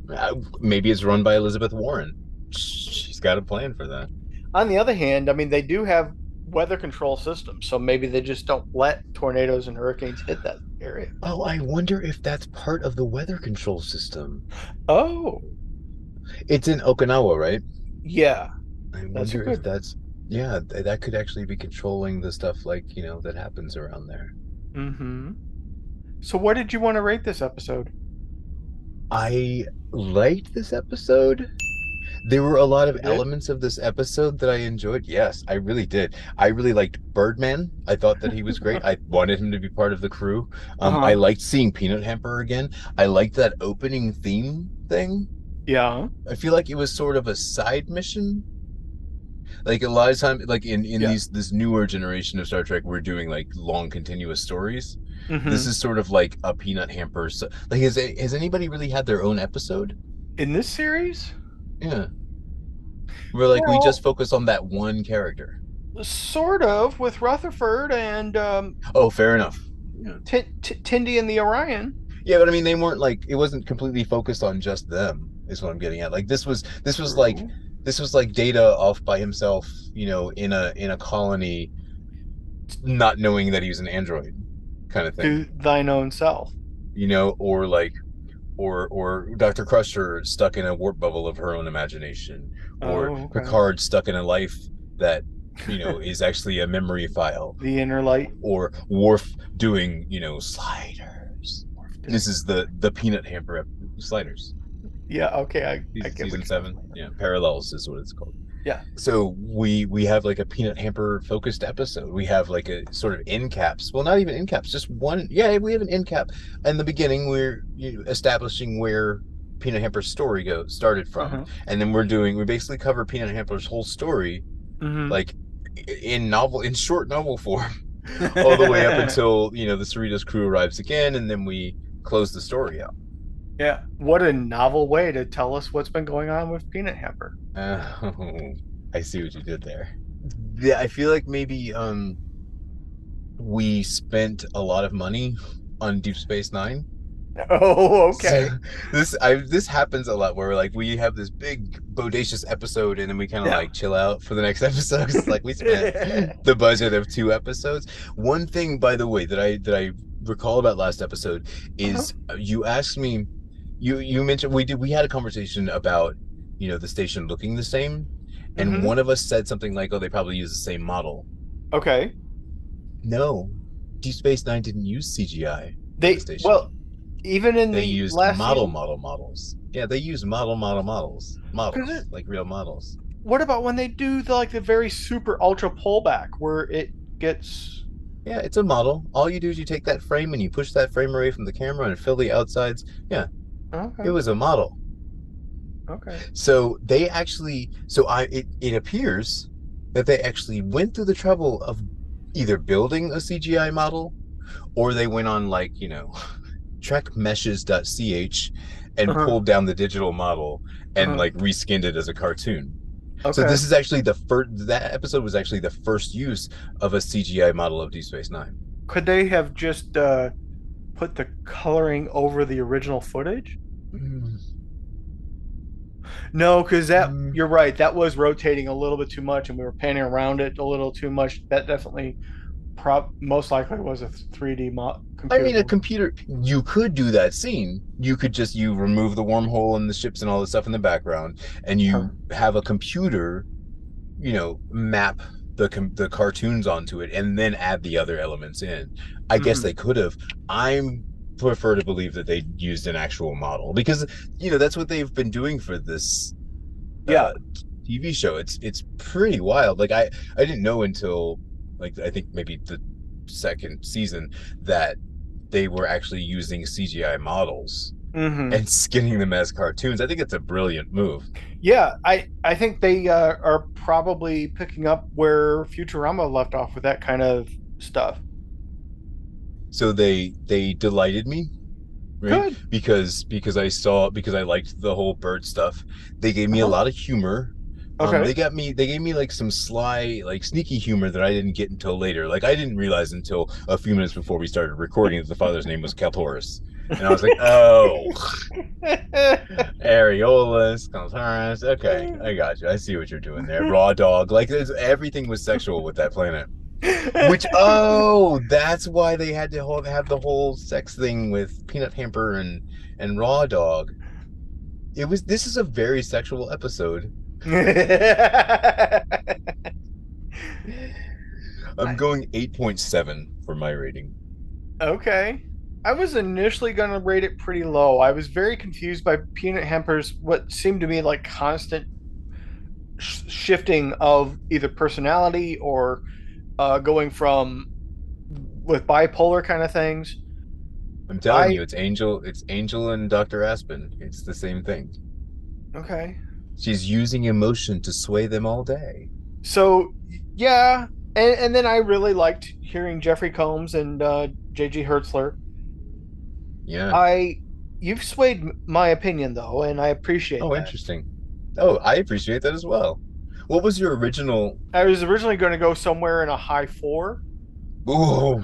A: Uh, Maybe it's run by Elizabeth Warren. She's got a plan for that.
B: On the other hand, I mean, they do have weather control systems, so maybe they just don't let tornadoes and hurricanes hit that area.
A: Oh, I wonder if that's part of the weather control system.
B: Oh,
A: It's in Okinawa, right?
B: yeah.
A: I
B: That's
A: wonder
B: good.
A: if that's yeah, th- that could actually be controlling the stuff like, you know, that happens around there.
B: Mm-hmm. So, what did you want to rate this episode?
A: I liked this episode. There were a lot of
B: Did it?
A: elements of this episode that I enjoyed. Yes, I really did. I really liked Birdman. I thought that he was great. I wanted him to be part of the crew. Um,
B: Uh-huh.
A: I liked seeing Peanut Hamper again. I liked that opening theme thing.
B: Yeah.
A: I feel like it was sort of a side mission. Like a lot of time, like in in
B: Yeah.
A: these this newer generation of Star Trek, we're doing like long continuous stories.
B: Mhm.
A: This is sort of like a peanut hamper. So, like, has a- has anybody really had their own episode?
B: in this series.
A: Yeah, where like we
B: Well-
A: just focus on that one character.
B: Sort of with Rutherford and um,
A: Oh, fair enough.
B: T- T- Tindy and the Orion.
A: Yeah, but I mean, they weren't like it wasn't completely focused on just them. Is what I'm getting at. Like this was this was like this was like data off by himself you know in a in a colony not knowing that he was an android kind of thing
B: to thine own self.
A: you know or like or or dr crusher stuck in a warp bubble of her own imagination or
B: Oh, okay.
A: picard stuck in a life that you know is actually a memory file
B: The inner light.
A: or Worf doing you know sliders this is the the peanut hamper ep- sliders
B: Yeah. Okay. I, I
A: season,
B: get what
A: season
B: you-
A: seven. Yeah, parallels is what it's called.
B: Yeah.
A: So we we have like a peanut hamper focused episode. We have like a sort of end caps. Well, not even end caps, just one. Yeah, we have an end cap. In the beginning, we're you know, establishing where peanut hamper's story go started from,
B: Uh-huh.
A: and then we're doing we basically cover peanut hamper's whole story,
B: Mhm.
A: like i- in novel in short novel form,
B: Mm-hmm.
A: all the way up until you know the Cerritos crew arrives again, and then we close the story out.
B: yeah. What a novel way to tell us what's been going on with Peanut Hamper.
A: Oh, I see what you did there. Yeah, I feel like maybe um we spent a lot of money on Deep Space Nine.
B: Oh,
A: So
B: okay.
A: this I this happens a lot where like we have this big bodacious episode and then we kind of
B: Yeah.
A: like chill out for the next episode. 'cause, like we spent the budget of two episodes. One thing, by the way, that I that I recall about last episode is uh you asked me, you you mentioned we did we had a conversation about you know the station looking the same, and
B: Mhm.
A: one of us said something like, "Oh, they probably use the same model."
B: Okay.
A: No, Deep Space Nine didn't use CGI.
B: They
A: PlayStation.
B: well, even in
A: They
B: the
A: used
B: last
A: model
B: season-
A: model models. Yeah, they use model, model, models, models
B: it-
A: like real models.
B: What about when they do the, like the very super ultra pullback where it gets?
A: Yeah, it's a model. All you do is you take that frame and you push that frame away from the camera and fill the outsides. Yeah,
B: Okay.
A: it was a model.
B: okay.
A: So they actually, so I, it, it appears that they actually went through the trouble of either building a CGI model, or they went on like you know, trackmeshes.ch, and
B: Uh-huh.
A: pulled down the digital model and
B: Uh-huh.
A: like reskinned it as a cartoon.
B: Okay.
A: So this is actually the first. That episode was actually the first use of a CGI model of Deep Space Nine.
B: Could they have just uh, put the coloring over the original footage? No, because that
A: Mm.
B: you're right. That was rotating a little bit too much, and we were panning around it a little too much. That definitely, prop most likely was a 3D mo-
A: I
B: computer.
A: mean, a computer. You could do that scene. You could just you remove the wormhole and the ships and all the stuff in the background, and
B: Huh.
A: you have a computer, you know, map the com- the cartoons onto it, and then add the other elements in. I guess
B: Mhm.
A: they could have. I'm prefer to believe that they used an actual model because you know that's what they've been doing for this
B: Yeah.
A: TV show. It's it's pretty wild. Like I I didn't know until like I think maybe the second season that they were actually using CGI models
B: Mhm.
A: and skinning them as cartoons. I think it's a brilliant move.
B: yeah, I I think they uh, are probably picking up where Futurama left off with that kind of stuff.
A: So they they delighted me. Right?
B: Good.
A: Because because I saw because I liked the whole bird stuff. They gave me
B: Uh-huh.
A: a lot of humor.
B: Okay.
A: Um, they got me. They gave me like some sly, like sneaky humor that I didn't get until later. Like I didn't realize until a few minutes before we started recording that the father's name was Calhoris, and I was like, "Oh, Um, areolas, Calhoris. Okay, I got you. I see what you're doing there. Raw dog. Like there's, everything was sexual with that planet. Which oh, that's why they had to hold, have the whole sex thing with Peanut Hamper and and Raw Dog. It was. This is a very sexual episode. I'm going 8.7 for my rating.
B: Okay. I was initially going to rate it pretty low. I was very confused by Peanut Hamper's what seemed to me like constant sh- shifting of either personality or uh, going from with bipolar kind of things.
A: I'm telling
B: I-
A: you, it's Angel. It's Angel and Dr. Aspen. It's the same thing.
B: Okay.
A: She's using emotion to sway them all day.
B: So, yeah. And, and then I really liked hearing Jeffrey Combs and uh, J.G. Hertzler.
A: Yeah.
B: I, you've swayed m- my opinion though, and I appreciate
A: oh,
B: that.
A: interesting. Oh, I appreciate that as well. What was your original?
B: I was originally going to go somewhere in a high four.
A: Ooh.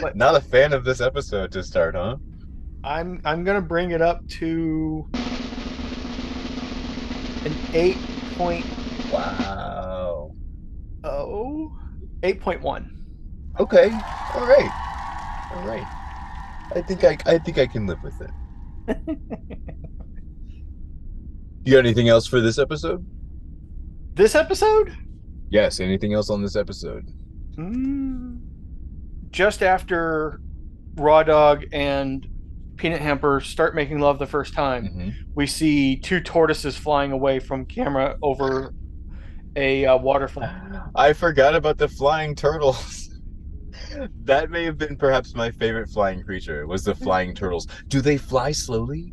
B: What?
A: Not a fan of this episode to start, huh?
B: I'm I'm gonna bring it up to an eight point
A: Wow.
B: oh eight point one.
A: Okay. All right. All right. I think I I think I can live with it. you got anything else for this episode?
B: This episode?
A: Yes. Anything else on this episode?
B: Mm, just after Raw Dog and Peanut Hamper start making love the first time,
A: Mhm.
B: we see two tortoises flying away from camera over a uh, waterfall.
A: I forgot about the flying turtles. that may have been perhaps my favorite flying creature was the flying turtles. Do they fly slowly?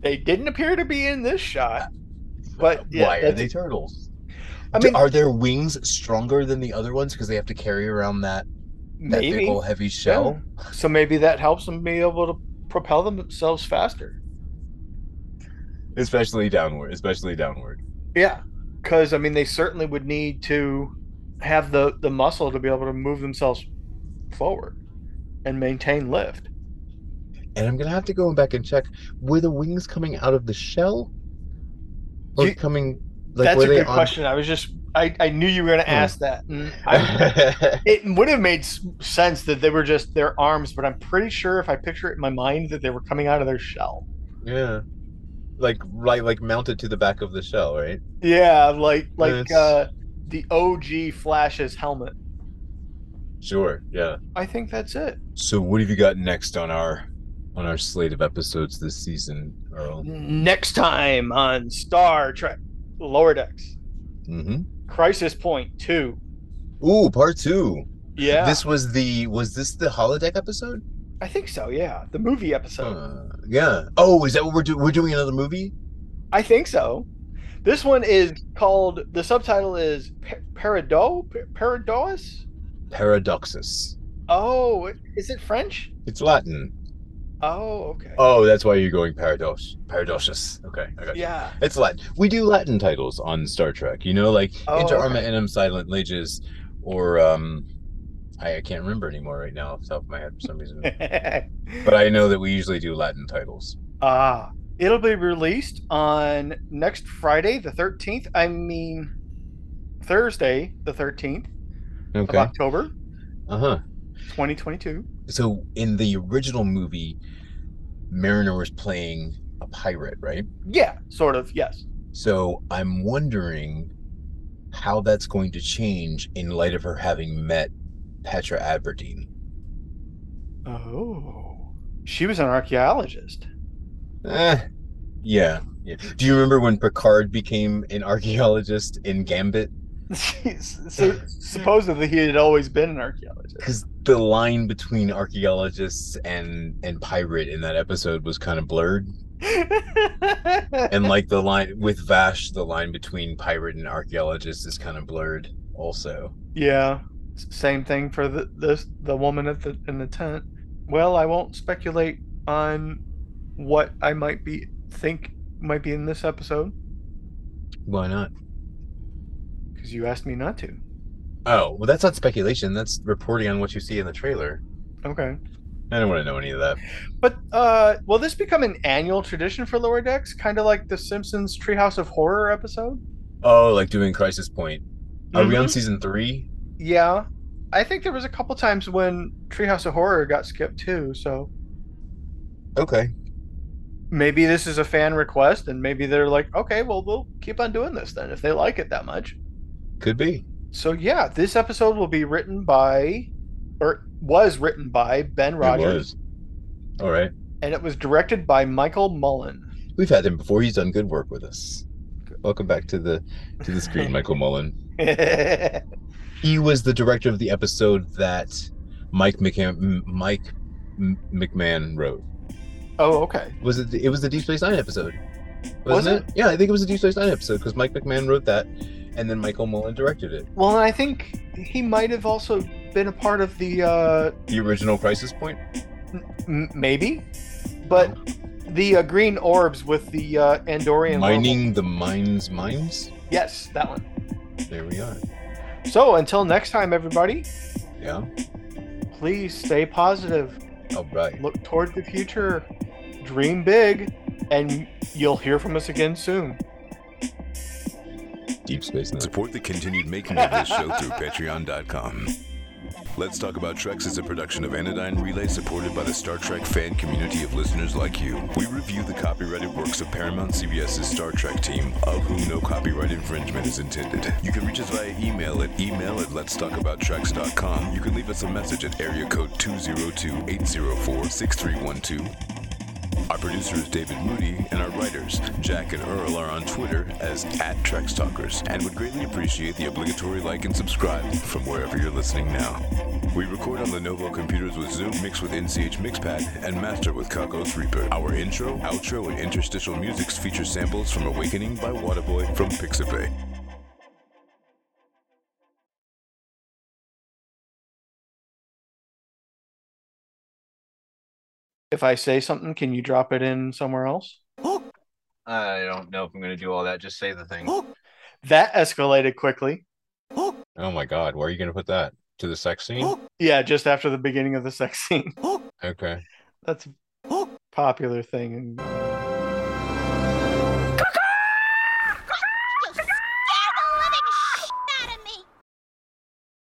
B: They didn't appear to be in this shot, but yeah,
A: Why are
B: that's-
A: they turtles?
B: I
A: Do-
B: mean,
A: are their wings stronger than the other ones because they have to carry around that that
B: maybe.
A: big old heavy shell?
B: Yeah. So maybe that helps them be able to propel themselves faster.
A: especially downward especially downward
B: Yeah, because I mean they certainly would need to have the the muscle to be able to move themselves forward and maintain lift.
A: and i'm gonna have to go back and check were the wings coming out of the shell or
B: You-
A: coming like
B: That's
A: were
B: a
A: they
B: good
A: on
B: question. I was just I I knew you were going to
A: Hmm.
B: ask that. and I- it would have made s- sense that they were just their arms, but I'm pretty sure if I picture it in my mind that they were coming out of their shell.
A: yeah like right like mounted to the back of the shell right
B: Yeah, like like
A: That's-
B: uh, the OG Flash's helmet.
A: sure yeah
B: I think that's it.
A: so what have you got next on our on our slate of episodes this season, Earl.
B: Next time on Star Trek Lower Decks
A: hmm
B: Crisis Point 2.
A: Ooh, part two.
B: Yeah.
A: This was the was this the holodeck episode?
B: I think so, yeah. The movie episode.
A: Uh, yeah. Oh, is that what we're doing? We're doing another movie?
B: I think so. This one is called, the subtitle is pa- Parado? Pa- Paradois?
A: Paradoxus.
B: Oh, is it French?
A: It's Latin.
B: Oh, okay.
A: Oh, that's why you're going paradox. Paradoxus. Okay, I got you.
B: yeah.
A: It's Latin. We do Latin titles on Star Trek. You know, like
B: Oh,
A: Inter Arma
B: okay.
A: Enum Silent Leges, or um, I, I can't remember anymore right now off the top of my head for some reason. but I know that we usually do Latin titles.
B: Ah, it'll be released on next Friday, the 13th. I mean, Thursday, the 13th of
A: Okay.
B: October,
A: Uh huh.
B: 2022.
A: So in the original movie, Mariner was playing a pirate, right?
B: Yeah, sort of, yes.
A: So I'm wondering how that's going to change in light of her having met Petra Aberdeen.
B: Oh. She was an archaeologist.
A: Eh, yeah. yeah. Do you remember when Picard became an archaeologist in Gambit?
B: so, supposedly, he had always been an archaeologist.
A: Because the line between archaeologists and and pirate in that episode was kind of blurred, and like the line with Vash, the line between pirate and archaeologist is kind of blurred also.
B: yeah. S- Same thing for the this, the woman at the in the tent. Well, I won't speculate on what I might be think might be in this episode
A: Why not?
B: because you asked me not to.
A: Oh, well, that's not speculation. That's reporting on what you see in the trailer.
B: Okay.
A: I don't want to know any of that.
B: But uh, will this become an annual tradition for Lower Decks, kind of like the Simpsons Treehouse of Horror episode?
A: Oh, like doing Crisis Point. Are we on
B: Mhm.
A: season three?
B: Yeah, I think there was a couple times when Treehouse of Horror got skipped too. So
A: Okay.
B: maybe this is a fan request, and maybe they're like, okay, well, we'll keep on doing this then if they like it that much.
A: Could be.
B: So yeah, this episode will be written by, or was written by Ben
A: It was.
B: Rogers,
A: All right.
B: and it was directed by Michael Mullen.
A: We've had him before. He's done good work with us. Welcome back to the to the screen, Michael Mullen. He was the director of the episode that Mike McCam- M- Mike M- McMahon wrote.
B: oh, okay.
A: Was it? The, it was the Deep Space Nine episode, wasn't
B: Was
A: it? Yeah, I think it was the Deep Space Nine episode because Mike McMahon wrote that, and then Michael Mullen directed it.
B: Well, I think he might have also been a part of the uh,
A: The original Crisis Point.
B: M- maybe, but the uh, green orbs with the uh, Andorian logo.
A: Mining the mines, mines.
B: Yes, that one.
A: There we are.
B: So until next time, everybody,
A: Yeah.
B: please stay positive,
A: All right.
B: look toward the future, dream big, and you'll hear from us again soon.
A: Deep Space Nine.
J: Support the continued making of this show through patreon.com. Let's Talk About Treks is a production of Anodyne Relay supported by the Star Trek fan community of listeners like you. We review the copyrighted works of Paramount CBS's Star Trek team, of whom no copyright infringement is intended. You can reach us via email at email at letstalkabouttreks.com. You can leave us a message at area code 202-804-6312. Our producer is David Moody, and our writers, Jack and Earl, are on Twitter as at Trex Talkers, and would greatly appreciate the obligatory like and subscribe from wherever you're listening now. We record on Lenovo computers with Zoom, mix with NCH Mixpad, and master with Kakos Reaper. Our intro, outro, and interstitial musics feature samples from Awakening by Waterboy from Pixabay.
B: If I say something, can you drop it in somewhere else?
K: I don't know if I'm going to do all that. Just say the thing.
B: That escalated quickly.
A: Oh my God. Where are you going to put that? To the sex scene?
B: Yeah, just after the beginning of the sex scene.
A: Okay.
B: That's a popular thing. in-